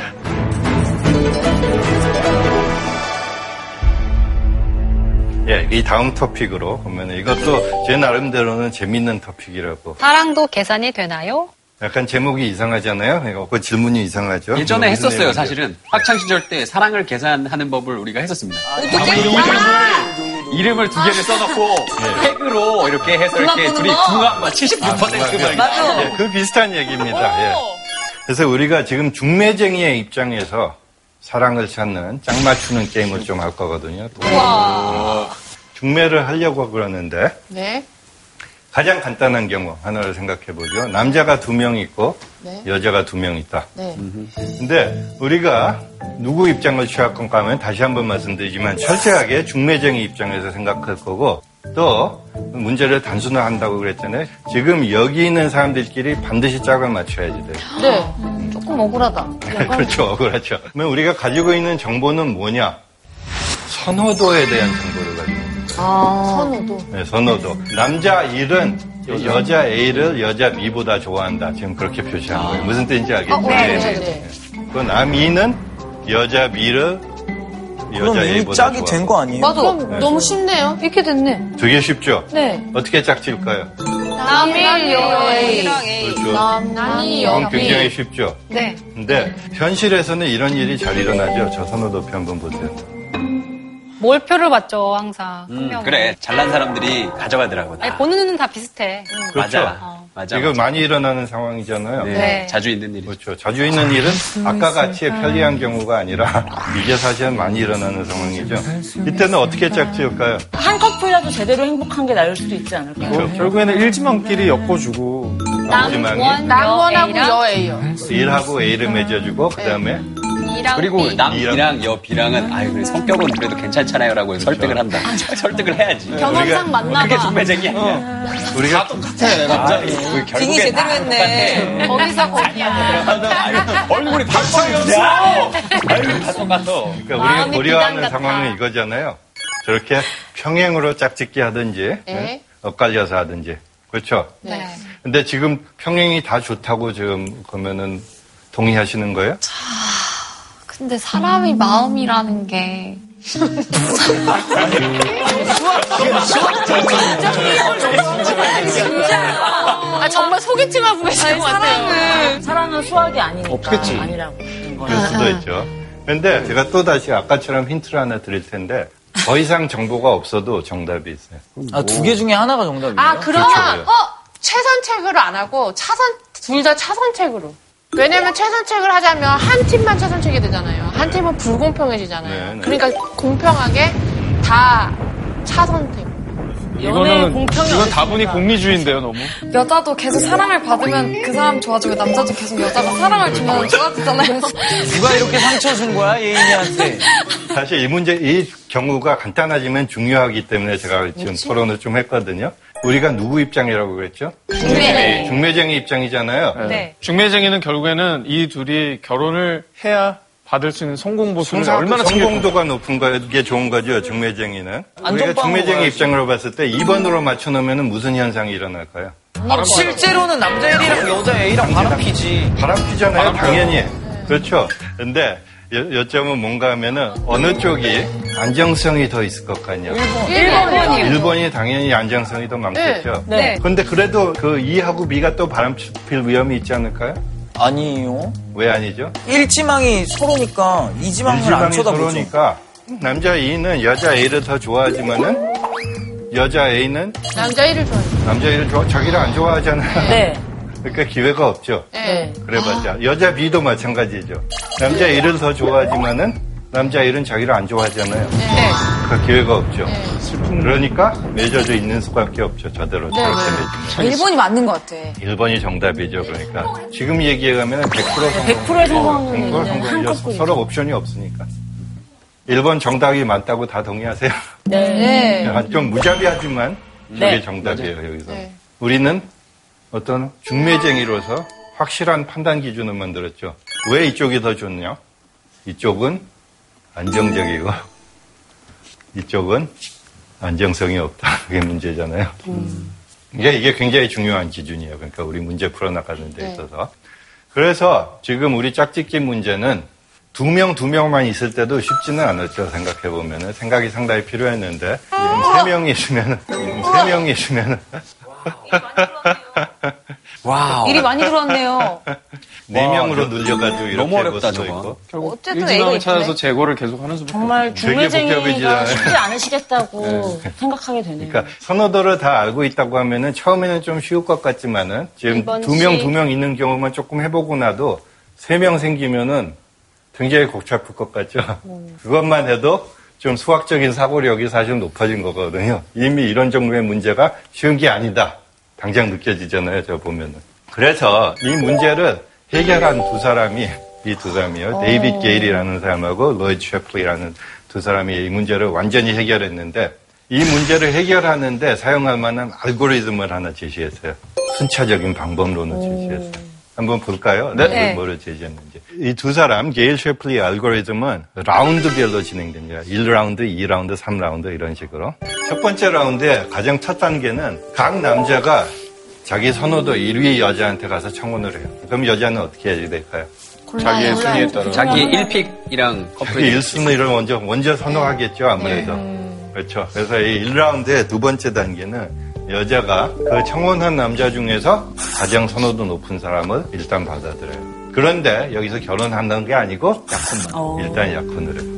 [SPEAKER 3] 예, 이 다음 토픽으로 보면 이것도 제 나름대로는 재밌는 토픽이라고.
[SPEAKER 12] 사랑도 계산이 되나요?
[SPEAKER 3] 약간 제목이 이상하잖아요. 이거 그 질문이 이상하죠.
[SPEAKER 7] 예전에
[SPEAKER 3] 무슨
[SPEAKER 7] 했었어요,
[SPEAKER 3] 내용이죠?
[SPEAKER 7] 사실은. 학창 시절 때 사랑을 계산하는 법을 우리가 했었습니다.
[SPEAKER 1] 아,
[SPEAKER 7] 이름을 두 개를 써놓고 팩으로 이렇게 해서 이렇게 둘이 궁합만 79%만
[SPEAKER 3] 예, 그 비슷한 얘기입니다. 예. 그래서 우리가 지금 중매쟁이의 입장에서 사랑을 찾는 짝 맞추는 게임을 좀 할 거거든요. 중매를 하려고 그러는데
[SPEAKER 11] 네.
[SPEAKER 3] 가장 간단한 경우 하나를 생각해 보죠. 남자가 두 명 있고
[SPEAKER 11] 네.
[SPEAKER 3] 여자가 두 명 있다.
[SPEAKER 11] 네.
[SPEAKER 3] 근데 우리가 누구 입장을 취할 건가 하면 다시 한번 말씀드리지만 철저하게 중매쟁이 입장에서 생각할 거고 또 문제를 단순화한다고 그랬잖아요. 지금 여기 있는 사람들끼리 반드시 짝을 맞춰야지 돼요.
[SPEAKER 9] 네. 조금 억울하다.
[SPEAKER 3] 그렇죠, 그렇죠. 그러면 우리가 가지고 있는 정보는 뭐냐? 선호도에 대한 정보를 가지고 있는
[SPEAKER 11] 선호도.
[SPEAKER 3] 거예요. 네, 선호도. 남자 1은 여자 A를 여자 B보다 좋아한다. 지금 그렇게 표시한 거예요. 무슨 뜻인지 알겠죠? 네, 네. 그남 2는 여자 B를
[SPEAKER 5] 그럼
[SPEAKER 3] 여자
[SPEAKER 5] 이미
[SPEAKER 3] A보다
[SPEAKER 5] 짝이 된 거 아니에요?
[SPEAKER 1] 맞아.
[SPEAKER 11] 그럼 너무 쉽네요.
[SPEAKER 1] 이렇게 됐네.
[SPEAKER 3] 되게 쉽죠?
[SPEAKER 1] 네.
[SPEAKER 3] 어떻게 짝질까요?
[SPEAKER 1] 남이 여랑 A.
[SPEAKER 3] 그렇죠.
[SPEAKER 1] 남, 남이
[SPEAKER 3] 그건
[SPEAKER 1] 여
[SPEAKER 3] 굉장히 쉽죠?
[SPEAKER 1] 네.
[SPEAKER 3] 근데 현실에서는 이런 일이 잘 일어나죠. 저 선호도표 한번 보세요.
[SPEAKER 12] 몰표를 받죠, 항상.
[SPEAKER 3] 음.
[SPEAKER 12] 한 명은.
[SPEAKER 7] 음, 그래, 잘난 사람들이 가져가더라고.
[SPEAKER 12] 아니, 보는 눈은 다 비슷해.
[SPEAKER 3] 그렇죠.
[SPEAKER 7] 맞아. 맞아.
[SPEAKER 3] 이거 많이 일어나는 상황이잖아요.
[SPEAKER 7] 네.
[SPEAKER 12] 네.
[SPEAKER 7] 자주 있는 일이.
[SPEAKER 3] 그렇죠. 자주 있는 일은 아까 같이 편리한 경우가 아니라 이게 사실은 많이 일어나는 상황이죠. 이때는 어떻게 짝지을까요?
[SPEAKER 9] 한 커플이라도 제대로 행복한 게 나을 수도 있지 않을까.
[SPEAKER 3] 그렇죠.
[SPEAKER 2] 어, 결국에는 일지망끼리
[SPEAKER 1] 음.
[SPEAKER 2] 엮어주고
[SPEAKER 3] 남지망이
[SPEAKER 11] 남원하고 여 A요.
[SPEAKER 3] 일하고 A를 맺어주고 그 다음에
[SPEAKER 12] 이랑
[SPEAKER 7] 그리고
[SPEAKER 12] 비.
[SPEAKER 7] 남이랑 여 비랑은 아유
[SPEAKER 12] 음.
[SPEAKER 7] 그래 성격은 그래도 괜찮잖아요라고 설득을 한다. 설득을 해야지.
[SPEAKER 12] 음. 경험상 맞나
[SPEAKER 7] 그게
[SPEAKER 12] 봐.
[SPEAKER 7] 속매쟁이 아니야. 음.
[SPEAKER 3] 우리가
[SPEAKER 7] 똑같아. 갑자기 그
[SPEAKER 12] 빙이
[SPEAKER 7] 결국엔 다 똑같아.
[SPEAKER 12] 거기서 거기야.
[SPEAKER 7] 네. 얼굴이 박상이었어. 얼굴이 다 똑같아.
[SPEAKER 3] 그러니까 우리가
[SPEAKER 12] 마음이 비단
[SPEAKER 3] 고려하는
[SPEAKER 12] 같아.
[SPEAKER 3] 상황은 이거잖아요. 저렇게 평행으로 짝짓기 하든지
[SPEAKER 11] 네.
[SPEAKER 3] 엇갈려서 하든지 그렇죠.
[SPEAKER 11] 네.
[SPEAKER 3] 근데 지금 평행이 다 좋다고 지금 그러면은 동의하시는 거예요?
[SPEAKER 4] 근데 사람이 마음이라는 게
[SPEAKER 8] 아, 정말 소개팅 하고 계신 것 같아요.
[SPEAKER 9] 사랑은 수학이 아니니까.
[SPEAKER 3] 없겠지.
[SPEAKER 9] 아니라고.
[SPEAKER 3] 그럴 수도 있죠. 근데 제가 또 다시 아까처럼 힌트를 하나 드릴 텐데 더 이상 정보가 없어도 정답이 있어요.
[SPEAKER 5] 아, 두 개 중에 하나가 정답이에요.
[SPEAKER 11] 아, 그러면,
[SPEAKER 3] 그렇죠.
[SPEAKER 11] 어? 최선책으로 안 하고, 차선, 둘 다 차선책으로. 왜냐면 최선책을 하자면 한 팀만 최선책이 되잖아요. 한 팀은 불공평해지잖아요.
[SPEAKER 3] 네, 네.
[SPEAKER 11] 그러니까 공평하게 다 차선택.
[SPEAKER 2] 이거는 이건 다분히 공리주의인데요, 너무.
[SPEAKER 4] 여자도 계속 사랑을 받으면 그 사람 좋아지고 남자도 계속 여자가 사랑을 주면 좋아지잖아요.
[SPEAKER 5] 누가 이렇게 상처 준 거야, 예인이한테?
[SPEAKER 3] 사실 이 문제, 이 경우가 간단하지만 중요하기 때문에 제가 지금 토론을 좀 했거든요. 우리가 누구 입장이라고 그랬죠?
[SPEAKER 2] 중매쟁이.
[SPEAKER 3] 중매쟁이 입장이잖아요.
[SPEAKER 2] 네. 중매쟁이는 결국에는 이 둘이 결혼을 해야 받을 수 있는 성공 보수를
[SPEAKER 3] 성사-
[SPEAKER 2] 얼마나
[SPEAKER 3] 성공도가 높은 거게 좋은 거죠, 중매쟁이는. 우리가
[SPEAKER 5] 안전빵
[SPEAKER 3] 중매쟁이
[SPEAKER 5] 먹어야지.
[SPEAKER 3] 입장으로 봤을 때 2번으로 맞춰놓으면 무슨 현상이 일어날까요?
[SPEAKER 5] 실제로는 남자 L이랑 여자 A랑 바람 피지.
[SPEAKER 3] 바람 피잖아요, 당연히. 그렇죠. 근데 여- 요점은 뭔가 하면은 어느 쪽이 안정성이 더 있을 것 같냐.
[SPEAKER 11] 네.
[SPEAKER 12] 일본이요.
[SPEAKER 3] 일본이 당연히 안정성이 더 많겠죠.
[SPEAKER 12] 네. 네.
[SPEAKER 3] 근데 그래도 그 E하고 B가 또 바람필 위험이 있지 않을까요?
[SPEAKER 5] 아니에요.
[SPEAKER 3] 왜 아니죠?
[SPEAKER 5] 일지망이 서로니까 이지망을 안
[SPEAKER 3] 일지방이
[SPEAKER 5] 쳐다보죠.
[SPEAKER 3] 서로니까 남자 E는 여자 A를 더 좋아하지만은 여자 A는
[SPEAKER 11] 남자 일을 좋아해.
[SPEAKER 3] 남자 A를 좋아, 자기를 안 좋아하잖아요.
[SPEAKER 9] 네.
[SPEAKER 3] 그러니까 기회가 없죠.
[SPEAKER 11] 네.
[SPEAKER 3] 그래봤자
[SPEAKER 9] 아.
[SPEAKER 3] 여자 B도 마찬가지죠. 남자
[SPEAKER 9] 네.
[SPEAKER 3] A를 더 좋아하지만은 남자 A는 자기를 안 좋아하잖아요.
[SPEAKER 9] 네.
[SPEAKER 3] 그러니까 기회가 없죠. 그러니까 맺어져 있는 수밖에 없죠. 저대로
[SPEAKER 1] 네,
[SPEAKER 3] 저렇게
[SPEAKER 1] 네.
[SPEAKER 3] 맺으면.
[SPEAKER 1] 일본이 맞는 것 같아.
[SPEAKER 3] 1번이 정답이죠. 그러니까 지금 얘기해가면 100% 성공.
[SPEAKER 9] 100%의 성공률이
[SPEAKER 3] 어, 100%
[SPEAKER 9] 있는
[SPEAKER 3] 성공률이어서
[SPEAKER 9] 한꺼풀이죠.
[SPEAKER 3] 서로 옵션이 없으니까. 1번 정답이 맞다고 다 동의하세요?
[SPEAKER 9] 네.
[SPEAKER 3] 약간 좀 무자비하지만
[SPEAKER 9] 네.
[SPEAKER 3] 그게 정답이에요 여기서. 우리는 어떤 중매쟁이로서 확실한 판단 기준을 만들었죠. 왜 이쪽이 더 좋냐? 이쪽은 안정적이고 이쪽은 안정성이 없다. 그게 문제잖아요. 그러니까 이게, 이게 굉장히 중요한 기준이에요. 그러니까 우리 문제 풀어나가는 데
[SPEAKER 13] 네.
[SPEAKER 3] 있어서. 그래서 지금 우리 짝짓기 문제는 두 명, 두 명만 있을 때도 쉽지는 않았죠. 생각해보면은. 생각이 상당히 필요했는데. 지금 세 명이 있으면은, 지금 세 명이 있으면은. 아,
[SPEAKER 7] 와우.
[SPEAKER 1] 일이 많이 들어왔네요.
[SPEAKER 3] 네 명으로 늘려가지고 이렇게
[SPEAKER 7] 그 너무 어렵다,
[SPEAKER 3] 해볼 수도
[SPEAKER 7] 저거.
[SPEAKER 3] 있고.
[SPEAKER 1] 결국 어쨌든 A가
[SPEAKER 2] 일진왕을 찾아서
[SPEAKER 1] 있네.
[SPEAKER 2] 재고를 계속 하는 수밖에
[SPEAKER 9] 정말
[SPEAKER 3] 되게 복잡해지잖아요.
[SPEAKER 9] 중매쟁이가 쉽지 않으시겠다고
[SPEAKER 3] 네.
[SPEAKER 9] 생각하게 되네요.
[SPEAKER 3] 그러니까 선호도를 다 알고 있다고 하면은 처음에는 좀 쉬울 것 같지만은 지금
[SPEAKER 9] 이번
[SPEAKER 3] 두 명
[SPEAKER 9] 시-
[SPEAKER 3] 두 명 있는 경우만 조금 해보고 나도 세 명 생기면은 굉장히 복잡할 것 같죠. 그것만 해도 좀 수학적인 사고력이 사실 높아진 거거든요. 이미 이런 종류의 문제가 쉬운 게 아니다. 당장 느껴지잖아요. 저 보면은. 그래서 이 문제를 해결한 두 사람이 이 두 사람이요. 데이빗 게일이라는 사람하고 로이드 셰플이라는 두 사람이 이 문제를 완전히 해결했는데 이 문제를 해결하는데 사용할 만한 알고리즘을 하나 제시했어요. 순차적인 방법론을 제시했어요. 한번 볼까요?
[SPEAKER 13] 네.
[SPEAKER 3] 네. 뭐를 제시했는지. 이 두 사람, 게일 셰플리 알고리즘은 라운드별로 진행됩니다. 1라운드, 2라운드, 3라운드 이런 식으로. 첫 번째 라운드의 가장 첫 단계는 각 남자가 자기 선호도 1위 여자한테 가서 청혼을 해요. 그럼 여자는 어떻게 해야 될까요? 자기의 순위에 따라.
[SPEAKER 7] 자기 1픽이랑
[SPEAKER 3] 특히
[SPEAKER 7] 커플.
[SPEAKER 3] 1순위를 먼저, 먼저 선호하겠죠, 아무래도. 그렇죠. 그래서 이 1라운드의 두 번째 단계는 여자가 그 청혼한 남자 중에서 가장 선호도 높은 사람을 일단 받아들여요. 그런데 여기서 결혼한다는 게 아니고 약혼만. 일단 약혼을 해요.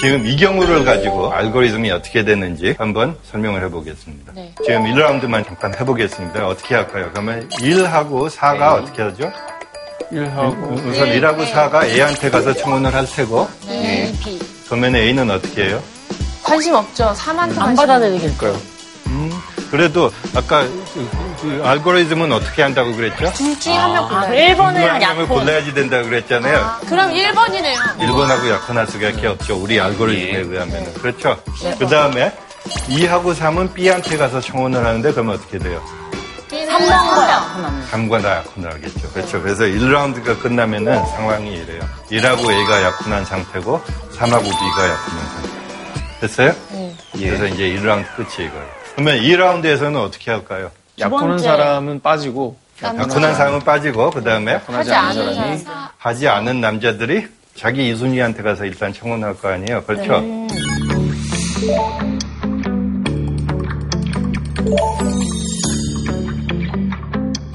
[SPEAKER 3] 지금 이 경우를 가지고 알고리즘이 어떻게 되는지 한번 설명을 해보겠습니다.
[SPEAKER 13] 네.
[SPEAKER 3] 지금 1라운드만 잠깐 해보겠습니다. 어떻게 할까요? 그러면 1하고 4가 어떻게 하죠? 1하고. 우선 1하고 4가 A한테 가서 청혼을 할 테고,
[SPEAKER 11] 네. 비.
[SPEAKER 3] 그러면 A는 어떻게 해요?
[SPEAKER 11] 관심 없죠. 사만안
[SPEAKER 9] 받아들이길
[SPEAKER 3] 그래도 아까 그 알고리즘은 어떻게 한다고 그랬죠?
[SPEAKER 11] 둘 중에 한
[SPEAKER 3] 아,
[SPEAKER 11] 명 골라요.
[SPEAKER 3] 한 명을 골라야지 된다 그랬잖아요.
[SPEAKER 11] 그럼 1번이네요.
[SPEAKER 3] 일본하고 약혼할 수밖에 없죠. 우리 알고리즘에 의하면. 그렇죠.
[SPEAKER 11] 네.
[SPEAKER 3] 그 다음에 2하고 3은 B한테 가서 청혼을 하는데 그러면 어떻게 돼요?
[SPEAKER 9] 3번과
[SPEAKER 3] 3과 다 약혼을 하겠죠. 그렇죠. 그래서 1라운드가 끝나면은 상황이 이래요. 1하고 A가 약혼한 상태고 3하고 B가 약혼한 상태. 됐어요? 그래서 이제 1라운드 끝이 이거예요. 그러면 2라운드에서는 어떻게 할까요?
[SPEAKER 2] 약혼한 사람은 빠지고
[SPEAKER 3] 약혼한 사람은 빠지고 그 다음에
[SPEAKER 2] 하지 않은 사람이
[SPEAKER 3] 하지 않은 남자들이 자기 이순이한테 가서 일단 청혼할 거 아니에요. 그렇죠?
[SPEAKER 2] 네.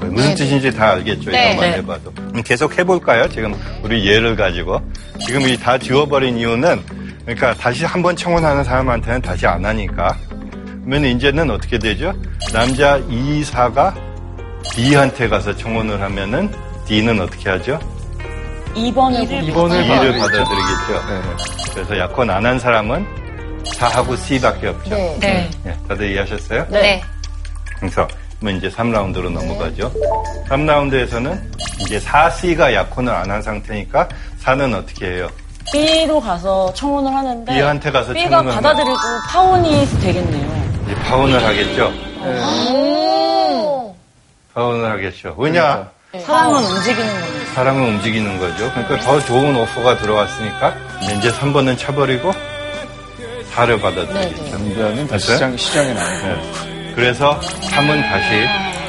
[SPEAKER 2] 네,
[SPEAKER 3] 무슨 뜻인지 다 알겠죠?
[SPEAKER 13] 네.
[SPEAKER 3] 이것만
[SPEAKER 13] 네.
[SPEAKER 3] 해봐도. 음, 계속 해볼까요? 지금 우리 예를 가지고. 지금 이 다 지워버린 이유는 그러니까 다시 한 번 청혼하는 사람한테는 다시 안 하니까. 그러면 이제는 어떻게 되죠? 남자 2, 4가 B한테 가서 청혼을 하면은 D는 어떻게 하죠?
[SPEAKER 9] 2번을
[SPEAKER 3] 이를 네. 받아들이겠죠. 그래서 약혼 안 한 사람은 4하고 C밖에 없죠.
[SPEAKER 9] 네. 네.
[SPEAKER 3] 예, 다들 이해하셨어요?
[SPEAKER 9] 네.
[SPEAKER 3] 그래서 그러면 이제 3라운드로 넘어가죠. 3라운드에서는 이제 4C가 약혼을 안 한 상태니까 4는 어떻게 해요?
[SPEAKER 9] B로 가서 청혼을 하는데
[SPEAKER 3] B한테 가서
[SPEAKER 9] B가
[SPEAKER 3] 청혼을
[SPEAKER 9] 네. 받아들이고 파혼이 되겠네요.
[SPEAKER 3] 이제 파혼을 하겠죠. 파혼을 하겠죠. 왜냐?
[SPEAKER 9] 그러니까 사랑은 움직이는 겁니다.
[SPEAKER 3] 사람은 움직이는 거죠. 그러니까 더 좋은 오퍼가 들어왔으니까 이제 3번은 쳐버리고 4를 받아들이겠죠.
[SPEAKER 9] 네,
[SPEAKER 3] 남자는
[SPEAKER 2] 다시 시장- 시장에 나오고.
[SPEAKER 3] 그래서 3은 다시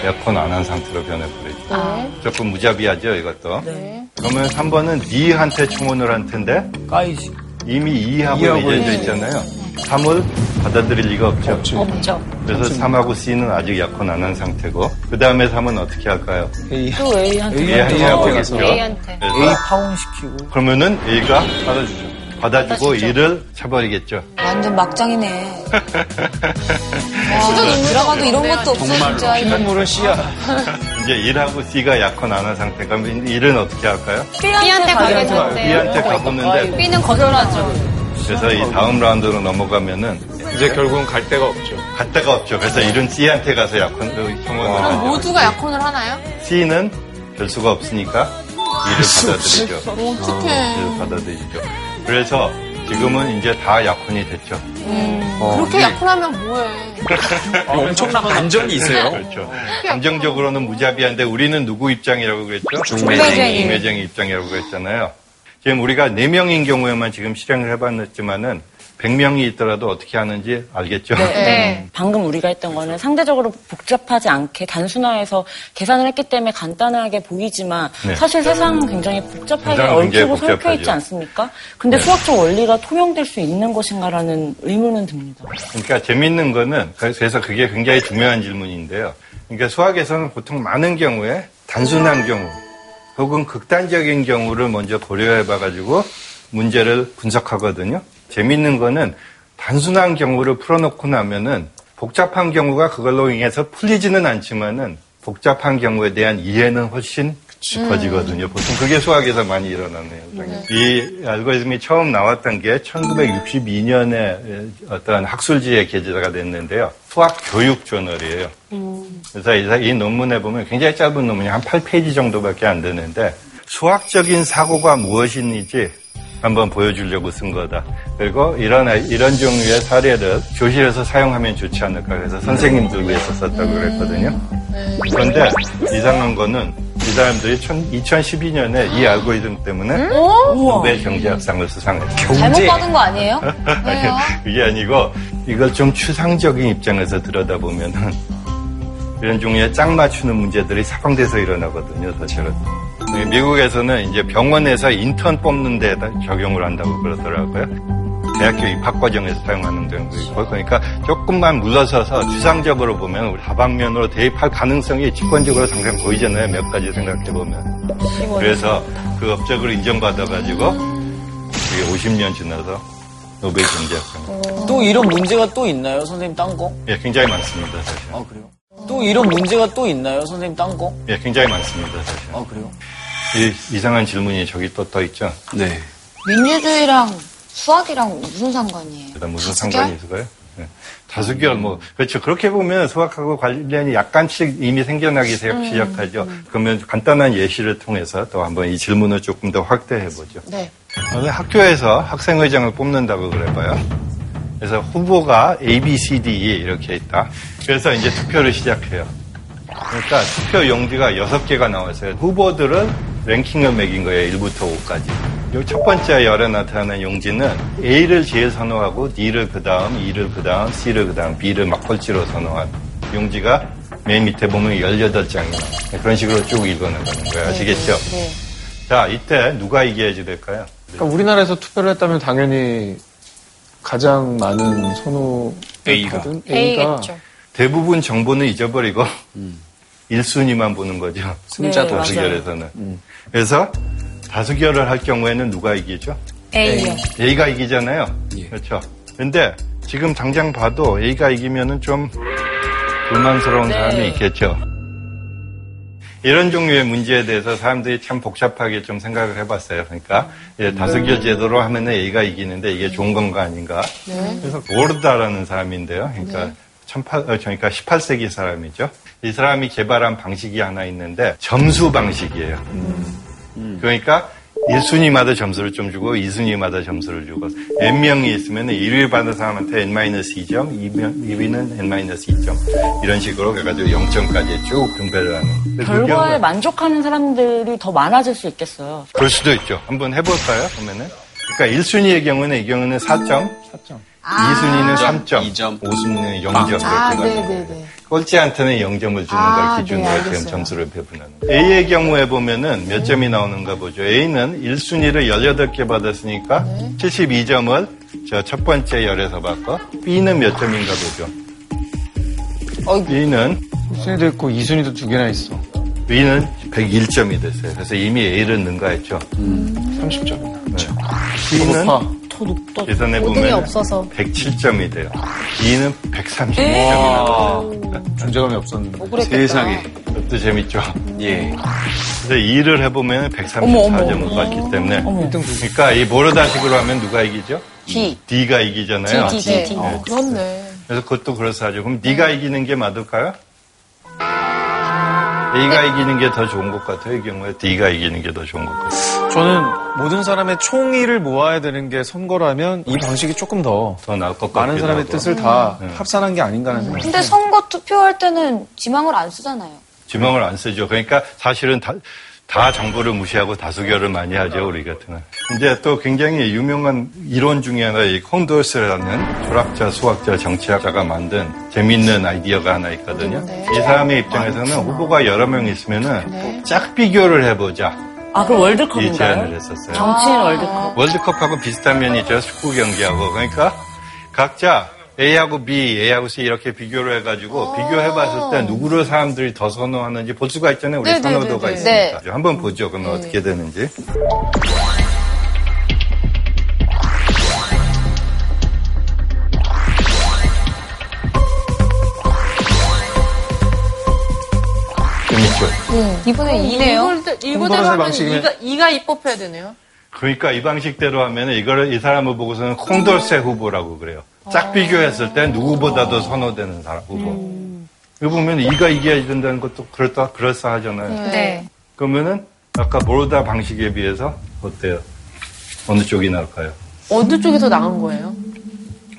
[SPEAKER 3] 에어컨 안 한 상태로 변해버리죠.
[SPEAKER 9] 네.
[SPEAKER 3] 조금 무자비하죠, 이것도. 그러면 3번은 D한테 청혼을 한 텐데 이미 2하고
[SPEAKER 2] 이하고
[SPEAKER 3] 이어져
[SPEAKER 2] 이제.
[SPEAKER 3] 있잖아요. 3을 받아들일 리가 없죠.
[SPEAKER 9] 없죠.
[SPEAKER 3] 그래서 3하고 C는 아직 약혼 안 한 상태고 그 다음에 3은 어떻게 할까요? A.
[SPEAKER 9] 또 A한테
[SPEAKER 3] A한테
[SPEAKER 9] 가서.
[SPEAKER 3] 가겠죠.
[SPEAKER 9] A한테.
[SPEAKER 3] 그래서
[SPEAKER 9] A
[SPEAKER 3] 파혼시키고 그러면은 A가 받아주죠. 받아주고
[SPEAKER 1] 받아주죠.
[SPEAKER 3] E를 쳐버리겠죠.
[SPEAKER 1] 완전 막장이네.
[SPEAKER 3] 진짜
[SPEAKER 1] 드라마도 이런 것도 없어 진짜.
[SPEAKER 3] 피눈물은 C야. 이제 1하고 C가 약혼 안 한 상태가 1은 어떻게 할까요?
[SPEAKER 11] 네.
[SPEAKER 12] B한테
[SPEAKER 14] 네,
[SPEAKER 12] 가겠는데.
[SPEAKER 3] B한테 가보는데
[SPEAKER 12] B는 거절하죠.
[SPEAKER 3] 그래서 이 다음 라운드로 넘어가면은 이제 결국은 갈 데가 없죠. 갈 데가 없죠. 그래서 이런 C한테 가서 약혼 청혼을
[SPEAKER 11] 그럼
[SPEAKER 3] 하죠.
[SPEAKER 11] 모두가 약혼을 하나요?
[SPEAKER 3] C는 별 수가 없으니까 이를 받아들이죠.
[SPEAKER 11] 어떡해.
[SPEAKER 3] 이를 받아들이죠. 그래서 지금은 이제 다 약혼이 됐죠. 어, 네.
[SPEAKER 11] 그렇게 약혼하면 뭐해.
[SPEAKER 3] 엄청난
[SPEAKER 5] 아,
[SPEAKER 7] 반전이 있어요.
[SPEAKER 3] 그렇죠. 감정적으로는 무자비한데 우리는 누구 입장이라고 그랬죠?
[SPEAKER 7] 중매쟁이.
[SPEAKER 3] 중매쟁이 입장이라고 그랬잖아요. 지금 우리가 4명인 경우에만 지금 실행을 해봤지만은 100명이 있더라도 어떻게 하는지 알겠죠?
[SPEAKER 7] 네.
[SPEAKER 9] 네. 방금 우리가 했던 거는 상대적으로 복잡하지 않게 단순화해서 계산을 했기 때문에 간단하게 보이지만
[SPEAKER 3] 네.
[SPEAKER 9] 사실 세상은 굉장히 복잡하게
[SPEAKER 3] 세상은 굉장히
[SPEAKER 9] 얽히고 설켜
[SPEAKER 3] 복잡하죠.
[SPEAKER 9] 있지 않습니까? 근데
[SPEAKER 3] 네.
[SPEAKER 9] 수학적 원리가 통용될 수 있는 것인가라는 의문은 듭니다.
[SPEAKER 3] 그러니까 재밌는 거는 그래서 그게 굉장히 중요한 질문인데요. 그러니까 수학에서는 보통 많은 경우에 단순한 경우 혹은 극단적인 경우를 먼저 고려해 봐가지고 문제를 분석하거든요. 재밌는 거는 단순한 경우를 풀어놓고 나면은 복잡한 경우가 그걸로 인해서 풀리지는 않지만은 복잡한 경우에 대한 이해는 훨씬 깊어지거든요. 보통 그게 수학에서 많이 일어나는 현상이에요. 그러니까 이 알고리즘이 처음 나왔던 게 1962년에 어떤 학술지에 게재가 됐는데요. 수학 교육 저널이에요. 그래서 이, 이 논문에 보면 굉장히 짧은 논문이 한 8페이지 정도밖에 안 되는데 수학적인 사고가 무엇인지 한번 보여주려고 쓴 거다. 그리고 이런 아이- 이런 종류의 사례를 교실에서 사용하면 좋지 않을까 해서 선생님들 위해서 썼다고 그랬거든요. 그런데 이상한 거는 이 사람들이 2012년에 이 알고리즘 때문에 노벨 경제학상을 수상했어요.
[SPEAKER 1] 잘못 받은 거 아니에요? 왜요?
[SPEAKER 3] 아니, 그게 아니고 이걸 좀 추상적인 입장에서 들여다보면은 이런 종류의 짝 맞추는 문제들이 사방돼서 일어나거든요, 사실은. 네, 미국에서는 이제 병원에서 인턴 뽑는 데다 적용을 한다고 그러더라고요. 대학교 입학 과정에서 사용하는 경우도 있고, 그러니까 조금만 물러서서 추상적으로 보면 우리 다방면으로 대입할 가능성이 직관적으로 당장 보이잖아요, 몇 가지 생각해 보면. 그래서 그 업적을 인정받아가지고 그게 50년 지나서 노벨 경제학상.
[SPEAKER 5] 또 이런 문제가 또 있나요, 선생님 딴 거?
[SPEAKER 3] 예, 굉장히 많습니다, 사실.
[SPEAKER 5] 아, 그래요? 또 이런 문제가 또 있나요, 선생님 딴 거?
[SPEAKER 3] 예, 굉장히 많습니다, 사실.
[SPEAKER 5] 아, 그래요?
[SPEAKER 3] 이, 이상한 질문이 저기 또 떠 있죠? 네.
[SPEAKER 1] 민주주의랑 수학이랑 무슨 상관이에요?
[SPEAKER 3] 무슨
[SPEAKER 1] 다섯 개?
[SPEAKER 3] 상관이 있을까요? 예. 다섯 개월 뭐 그렇죠. 그렇게 보면 수학하고 관련이 약간씩 이미 생겨나기 시-
[SPEAKER 11] 음,
[SPEAKER 3] 시작하죠. 그러면 간단한 예시를 통해서 또 한번 이 질문을 조금 더 확대해 보죠.
[SPEAKER 11] 네.
[SPEAKER 3] 저는 학교에서 학생회장을 뽑는다고 그래봐요. 그래서 후보가 A, B, C, D, E 이렇게 있다. 그래서 이제 투표를 시작해요. 그러니까 투표 용지가 여섯 개가 나왔어요. 후보들은 랭킹을 매긴 거예요. 1부터 5까지. 요 첫 번째 열에 나타나는 용지는 A를 제일 선호하고 D를 그 다음, E를 그 다음, C를 그 다음, B를 막걸지로 선호한 용지가 맨 밑에 보면 18장이 나와요. 그러니까 그런 식으로 쭉 읽어나가는 거예요. 아시겠죠? 자, 이때 누가 이겨야지 될까요?
[SPEAKER 2] 그러니까 우리나라에서 투표를 했다면 당연히 가장 많은 선호
[SPEAKER 3] A가.
[SPEAKER 2] 받은 A가
[SPEAKER 3] 대부분 정보는 잊어버리고 1순위만 보는 거죠.
[SPEAKER 2] 승자도
[SPEAKER 3] 다수결에서는 그래서 다수결을 할 경우에는 누가 이기죠?
[SPEAKER 12] A요.
[SPEAKER 3] A가 이기잖아요. 그렇죠. 근데 지금 당장 봐도 A가 이기면은 좀 불만스러운
[SPEAKER 13] 네.
[SPEAKER 3] 사람이 있겠죠. 이런 종류의 문제에 대해서 사람들이 참 복잡하게 좀 생각을 해봤어요. 그러니까 예, 다수결 제도로 하면은 A가 이기는데 이게 좋은 건가 아닌가?
[SPEAKER 13] 네.
[SPEAKER 3] 그래서 오르다라는 사람인데요. 그러니까 18, 어, 그러니까 18세기 사람이죠. 이 사람이 개발한 방식이 하나 있는데 점수 방식이에요. 그러니까 1순위마다 점수를 좀 주고 2순위마다 점수를 주고 n명이 있으면 1위 받은 사람한테 n-2점, 2위는 n-2점 이런 식으로 해가지고 0점까지 쭉 분배를 하는 근데 그
[SPEAKER 9] 결과에
[SPEAKER 3] 경우-
[SPEAKER 9] 만족하는 사람들이 더 많아질 수 있겠어요.
[SPEAKER 3] 그럴 수도 있죠. 한번 해볼까요? 그러면은 그러니까 1순위의 경우는 이 경우는 4점 2순위는 3점, 5순위는 0점 이렇게
[SPEAKER 11] 아,
[SPEAKER 3] 가지고
[SPEAKER 11] 네네네.
[SPEAKER 3] 꼴찌한테는 0점을 주는
[SPEAKER 11] 아,
[SPEAKER 3] 걸 기준으로
[SPEAKER 11] 네,
[SPEAKER 3] 지금
[SPEAKER 11] 알겠어요.
[SPEAKER 3] 점수를 배분하는 거예요. A의 경우에 보면은 몇 점이 나오는가 보죠. A는 1순위를 18개 받았으니까
[SPEAKER 12] 네.
[SPEAKER 3] 72점을 저 첫 번째 열에서 받고 B는 몇 점인가 보죠. B는 1순위도 있고 2순위도 두 개나 있어. B는 101점이 됐어요. 그래서 이미 A를 능가했죠.
[SPEAKER 12] 음.
[SPEAKER 3] 30점이나. B는
[SPEAKER 9] 더 높다.
[SPEAKER 3] 계산해
[SPEAKER 12] 오등이
[SPEAKER 3] 보면
[SPEAKER 12] 없어서. 네.
[SPEAKER 3] 107점이 돼요. B는 136점이
[SPEAKER 12] 에이.
[SPEAKER 7] 아,
[SPEAKER 3] 나와요. 존재감이 없었는데.
[SPEAKER 12] 억울했겠다. 세상에.
[SPEAKER 3] 그것도 재밌죠. 예. 근데 2를 해보면 134점을 받기 때문에. 그러니까 이 모르다식으로 하면 누가 이기죠?
[SPEAKER 11] D.
[SPEAKER 3] D가 이기잖아요.
[SPEAKER 11] 어,
[SPEAKER 3] 네.
[SPEAKER 11] 그렇네.
[SPEAKER 3] 그래서 그것도 그렇사죠. 그럼 네가 이기는 게 맞을까요? A가 이기는 게 더 좋은 것 같아요. 이 경우에 D가 이기는 게 더 좋은 것 같아요.
[SPEAKER 2] 저는 모든 사람의 총의를 모아야 되는 게 선거라면 이 방식이 조금 더, 많은
[SPEAKER 3] 같기도
[SPEAKER 2] 사람의
[SPEAKER 3] 하고.
[SPEAKER 2] 뜻을 다
[SPEAKER 3] 음.
[SPEAKER 2] 합산한 게 아닌가 하는 생각이
[SPEAKER 4] 네.
[SPEAKER 1] 근데 선거 투표할 때는 지망을 안 쓰잖아요.
[SPEAKER 3] 지명을 안 쓰죠. 그러니까 사실은 다, 다 정보를 무시하고 다수결을 많이 하죠, 우리 같은 건. 이제 또 굉장히 유명한 이론 중에 하나, 이 콘돌스라는 철학자, 수학자, 정치학자가 만든 재밌는 아이디어가 하나 있거든요. 이 사람의 입장에서는 후보가 여러 명 있으면은 짝 비교를 해보자.
[SPEAKER 9] 네. 아, 그럼
[SPEAKER 3] 이 제안을
[SPEAKER 9] 월드컵인가요?
[SPEAKER 3] 했었어요.
[SPEAKER 9] 정치인 월드컵.
[SPEAKER 3] 월드컵하고 비슷한 면이 있죠. 축구 경기하고. 그러니까 각자 A하고 B, A하고 C 이렇게 비교를
[SPEAKER 13] 어.
[SPEAKER 3] 해가지고 비교해봤을 때 누구를 사람들이 더 선호하는지 볼 수가 있잖아요. 우리
[SPEAKER 13] 네, 네,
[SPEAKER 3] 선호도가
[SPEAKER 13] 네, 네.
[SPEAKER 3] 있으니까. 한번 보죠. 그러면
[SPEAKER 13] 네.
[SPEAKER 3] 어떻게 되는지. 재밌죠?
[SPEAKER 1] 이번에
[SPEAKER 11] 이네요. 이거대로
[SPEAKER 3] 홍보라서
[SPEAKER 11] 하면
[SPEAKER 3] 방식이네.
[SPEAKER 11] 이가 이가 입법해야 되네요.
[SPEAKER 3] 그러니까 이 방식대로 하면 이거를 이 사람을 보고서는 콩돌쇠 후보라고 그래요. 짝 비교했을 때 누구보다도 선호되는 사람 후보. 이거 보면 이가 이겨야 된다는 것도 그럴싸 그럴싸하잖아요.
[SPEAKER 12] 네.
[SPEAKER 3] 그러면은 아까 모르다 방식에 비해서 어때요? 어느 쪽이 나을까요?
[SPEAKER 11] 어느 쪽이 더 나은 거예요?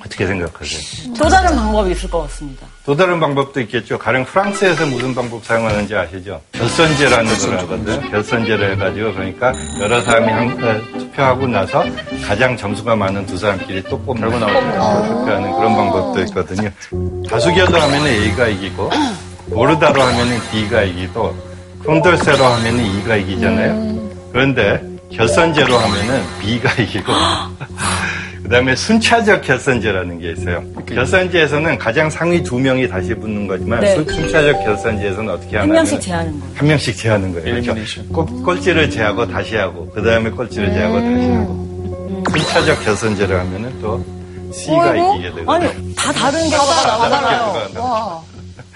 [SPEAKER 3] 어떻게 생각하세요?
[SPEAKER 9] 또 다른 방법이 있을 것 같습니다.
[SPEAKER 3] 또 다른 방법도 있겠죠. 가령 프랑스에서 무슨 방법 사용하는지 아시죠? 그렇죠, 결선제라는 걸 하거든. 결선제를 해가지고 그러니까 여러 사람이 한, 어, 투표하고 나서 가장 점수가 많은 두 사람끼리 또 뽑는 결고 투표하는 그런 방법도 있거든요. 다수결로 하면은 A가 이기고 모르다로 하면은 D가 이기고 콘돌세로 하면은 E가 이기잖아요. 그런데 결선제로 하면은 B가 이기고 그다음에 순차적 결선제라는 게 있어요. 결선제에서는 가장 상위 두 명이 다시 붙는 거지만
[SPEAKER 9] 네.
[SPEAKER 3] 순- 순차적 결선제에서는 어떻게
[SPEAKER 9] 한
[SPEAKER 3] 하냐면
[SPEAKER 9] 명씩 제하는 거.
[SPEAKER 3] 한 명씩 제하는 거예요. 그렇죠? 꼴- 꼴찌를 제하고 다시 하고 그다음에 꼴찌를 제하고 다시 하고 순차적 결선제를 하면은 또
[SPEAKER 9] 어,
[SPEAKER 3] C가 이기게 되거든요.
[SPEAKER 9] 아니, 다 다른
[SPEAKER 3] 다
[SPEAKER 9] 결과가
[SPEAKER 3] 다른
[SPEAKER 9] 나와요.
[SPEAKER 3] 결과가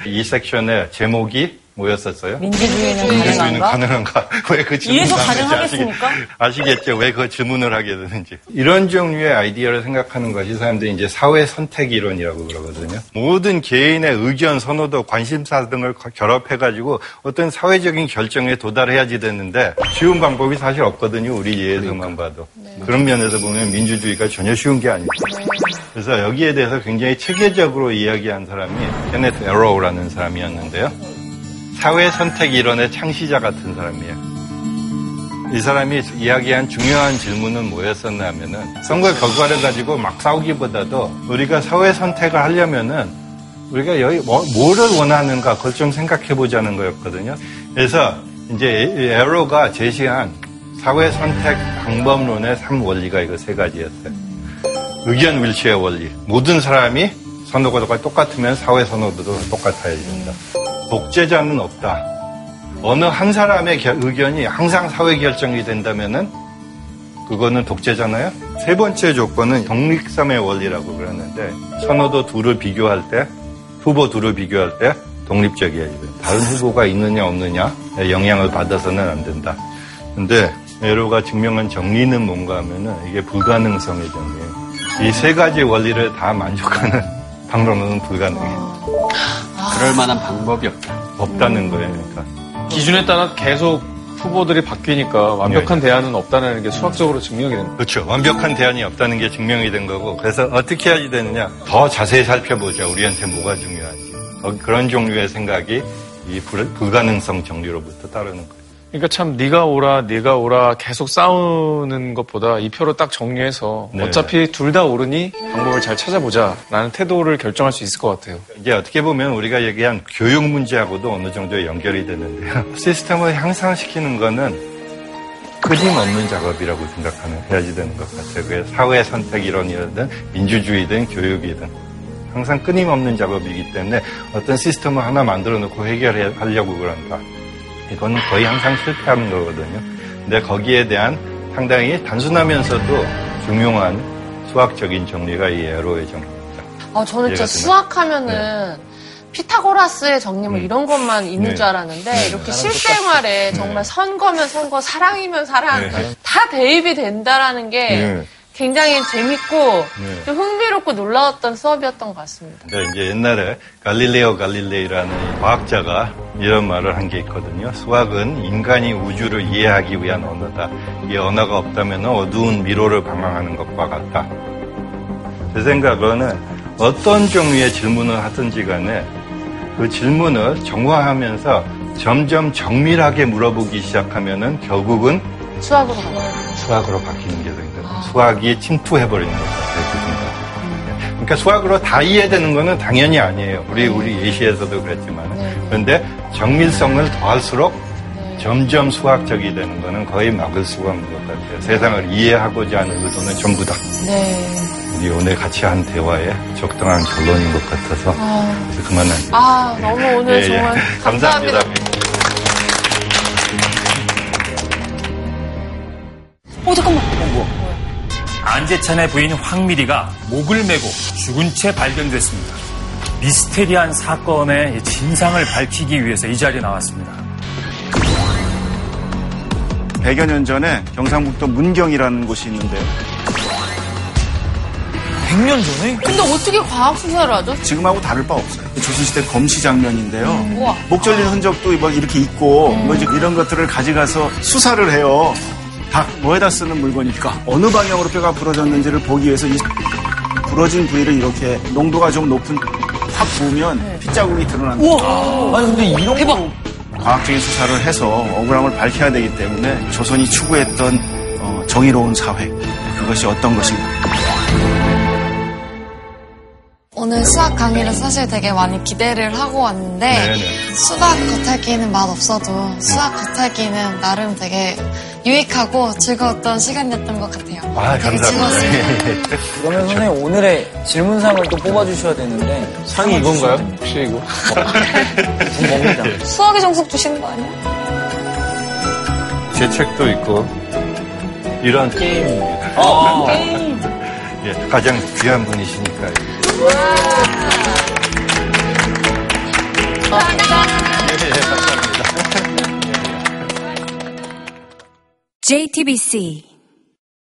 [SPEAKER 3] 이 섹션의 제목이 뭐였었어요?
[SPEAKER 9] 민주주의는
[SPEAKER 3] 민주주의는 가능한가? 왜 그 질문을
[SPEAKER 9] 이래서
[SPEAKER 3] 하는지
[SPEAKER 9] 가능하겠습니까?
[SPEAKER 3] 아시겠, 아시겠죠? 왜 그 질문을 하게 되는지. 이런 종류의 아이디어를 생각하는 것이 사람들이 이제 사회 선택 이론이라고 그러거든요. 모든 개인의 의견, 선호도, 관심사 등을 거- 결합해가지고 어떤 사회적인 결정에 도달해야지 되는데 쉬운 방법이 사실 없거든요. 우리 예에서만
[SPEAKER 9] 그러니까.
[SPEAKER 3] 봐도.
[SPEAKER 9] 네.
[SPEAKER 3] 그런 면에서 보면 민주주의가 전혀 쉬운 게 아니죠. 그래서 여기에 대해서 굉장히 체계적으로 이야기한 사람이 케네스 에로우라는 사람이었는데요. 사회 선택 이론의 창시자 같은 사람이에요. 이 사람이 이야기한 중요한 질문은 뭐였었나 하면은 선거 결과를 가지고 막 싸우기보다도 우리가 사회 선택을 하려면은 우리가 여기 뭐, 뭐를 원하는가 그걸 좀 생각해 보자는 거였거든요. 그래서 이제 에로가 제시한 사회 선택 방법론의 3원리가 이거 세 가지였어요. 의견 일치의 원리. 모든 사람이 선호도가 똑같으면 사회 선호도도 똑같아야 된다. 독재자는 없다. 어느 한 사람의 결- 의견이 항상 사회 결정이 된다면은 그거는 독재잖아요. 세 번째 조건은 독립성의 원리라고 그러는데 선호도 둘을 비교할 때 후보 둘을 비교할 때 독립적이어야 돼요. 다른 후보가 있느냐 없느냐 영향을 받아서는 안 된다. 근데 에로가 증명한 정리는 뭔가 하면은 이게 불가능성의 정리예요. 이 세 가지 원리를 다 만족하는 방법론은 불가능해요.
[SPEAKER 7] 그럴 만한 방법이 없다.
[SPEAKER 3] 없다는 거예요. 그러니까.
[SPEAKER 2] 기준에 따라 계속 후보들이 바뀌니까
[SPEAKER 3] 네.
[SPEAKER 2] 완벽한 대안은 없다는 게 수학적으로 증명이 됩니다.
[SPEAKER 3] 그렇죠. 완벽한 대안이 없다는 게 증명이 된 거고 그래서 어떻게 해야 되느냐 더 자세히 살펴보자 우리한테 뭐가 중요한지 어, 그런 종류의 생각이 이 불, 불가능성 정리로부터 따르는 거예요.
[SPEAKER 2] 그러니까 참 네가 오라 네가 오라 계속 싸우는 것보다 이 표로 딱 정리해서
[SPEAKER 3] 네.
[SPEAKER 2] 어차피 둘 다 오르니 방법을 잘 찾아보자라는 태도를 결정할 수 있을 것 같아요.
[SPEAKER 3] 이제 어떻게 보면 우리가 얘기한 교육 문제하고도 어느 정도 연결이 되는데요. 시스템을 향상시키는 거는 끊임없는 작업이라고 생각하는 해야지 되는 것 같아요. 그게 사회 선택 이론이든 민주주의든 교육이든 항상 끊임없는 작업이기 때문에 어떤 시스템을 하나 만들어 놓고 해결하려고 그런다. 이거는 거의 항상 실패하는 거거든요. 근데 거기에 대한 상당히 단순하면서도 중요한 수학적인 정리가 이 에로의 정리.
[SPEAKER 11] 아, 저는 진짜
[SPEAKER 3] 이해가 되나요?
[SPEAKER 11] 수학하면은 피타고라스의 정리 뭐 이런 것만 있는
[SPEAKER 3] 네.
[SPEAKER 11] 줄 알았는데
[SPEAKER 3] 네.
[SPEAKER 11] 이렇게
[SPEAKER 3] 나랑
[SPEAKER 11] 실생활에
[SPEAKER 3] 똑같이.
[SPEAKER 11] 정말 네. 선거면 선거, 사랑이면 사랑
[SPEAKER 3] 네.
[SPEAKER 11] 다 대입이 된다라는 게
[SPEAKER 3] 네.
[SPEAKER 11] 굉장히 재밌고
[SPEAKER 3] 네.
[SPEAKER 11] 좀 흥미롭고 놀라웠던 수업이었던 것 같습니다.
[SPEAKER 3] 근데 이제 옛날에 갈릴레오 갈릴레이라는 과학자가 이런 말을 한 게 있거든요. 수학은 인간이 우주를 이해하기 위한 언어다. 이 언어가 없다면 어두운 미로를 방황하는 것과 같다. 제 생각으로는 어떤 종류의 질문을 하든지 간에 그 질문을 정화하면서 점점 정밀하게 물어보기 시작하면은 결국은
[SPEAKER 11] 수학으로 가요.
[SPEAKER 3] 수학으로 바뀌는 게 되니까 수학이 침투해버리는 거죠. 그 순간. 그러니까 수학으로 다 이해되는 거는 당연히 아니에요.
[SPEAKER 11] 네.
[SPEAKER 3] 우리 우리 예시에서도 그랬지만 그런데 정밀성을 더할수록
[SPEAKER 11] 네.
[SPEAKER 3] 점점 수학적이 되는 거는 거의 막을 수가 없는 것 같아요. 세상을 이해하고자 하는 의도는 전부다.
[SPEAKER 11] 네.
[SPEAKER 3] 우리 오늘 같이 한 대화에 적당한 결론인 것 같아서
[SPEAKER 11] 아,
[SPEAKER 3] 그래서 그만할게요.
[SPEAKER 11] 아, 너무 오늘
[SPEAKER 3] 예, 예.
[SPEAKER 11] 정말
[SPEAKER 3] 감사합니다.
[SPEAKER 11] 감사합니다.
[SPEAKER 9] 어, 잠깐만.
[SPEAKER 13] 안재찬의 부인 황미리가 목을 메고 죽은 채 발견됐습니다. 미스테리한 사건의 진상을 밝히기 위해서 이 자리에 나왔습니다.
[SPEAKER 14] 100여 년 전에 경상북도 문경이라는 곳이 있는데요. 100년 전에?
[SPEAKER 11] 근데 어떻게 과학 수사를 하죠?
[SPEAKER 14] 지금하고 다를 바 없어요. 조선시대 검시 장면인데요.
[SPEAKER 11] 음. 우와. 음.
[SPEAKER 14] 목 절린 흔적도 뭐 이렇게 있고 뭐 이제 이런 것들을 가져가서 수사를 해요. 닭 뭐에다 쓰는 물건일까? 어느 방향으로 뼈가 부러졌는지를 보기 위해서 이 부러진 부위를 이렇게 농도가 좀 높은 확
[SPEAKER 11] 네.
[SPEAKER 14] 부으면 핏자국이 드러난다.
[SPEAKER 5] 우와. 아니, 근데 이런
[SPEAKER 14] 대박. 과학적인 수사를 해서 억울함을 밝혀야 되기 때문에 조선이 추구했던 어, 정의로운 사회 그것이 어떤 것인가?
[SPEAKER 4] 오늘 수학 강의를 사실 되게 많이 기대를 하고 왔는데
[SPEAKER 3] 네네.
[SPEAKER 4] 수학 겉핥기는 맛없어도 수학 겉핥기는 나름 되게 유익하고 즐거웠던 시간이었던 것 같아요.
[SPEAKER 3] 아,
[SPEAKER 11] 네,
[SPEAKER 3] 감사합니다.
[SPEAKER 5] 그러면 선생님 오늘의 질문상을 또 뽑아주셔야 되는데 상이 이건가요? 혹시 이거? 봅니다.
[SPEAKER 1] 수학의 정석 주시는 거 아니야?
[SPEAKER 3] 제 책도 있고 이런 게임입니다.
[SPEAKER 1] 어, 게임.
[SPEAKER 3] 예, 가장 귀한 분이시니까요.
[SPEAKER 1] 감사합니다.
[SPEAKER 3] 예, 예, 감사합니다.
[SPEAKER 1] JTBC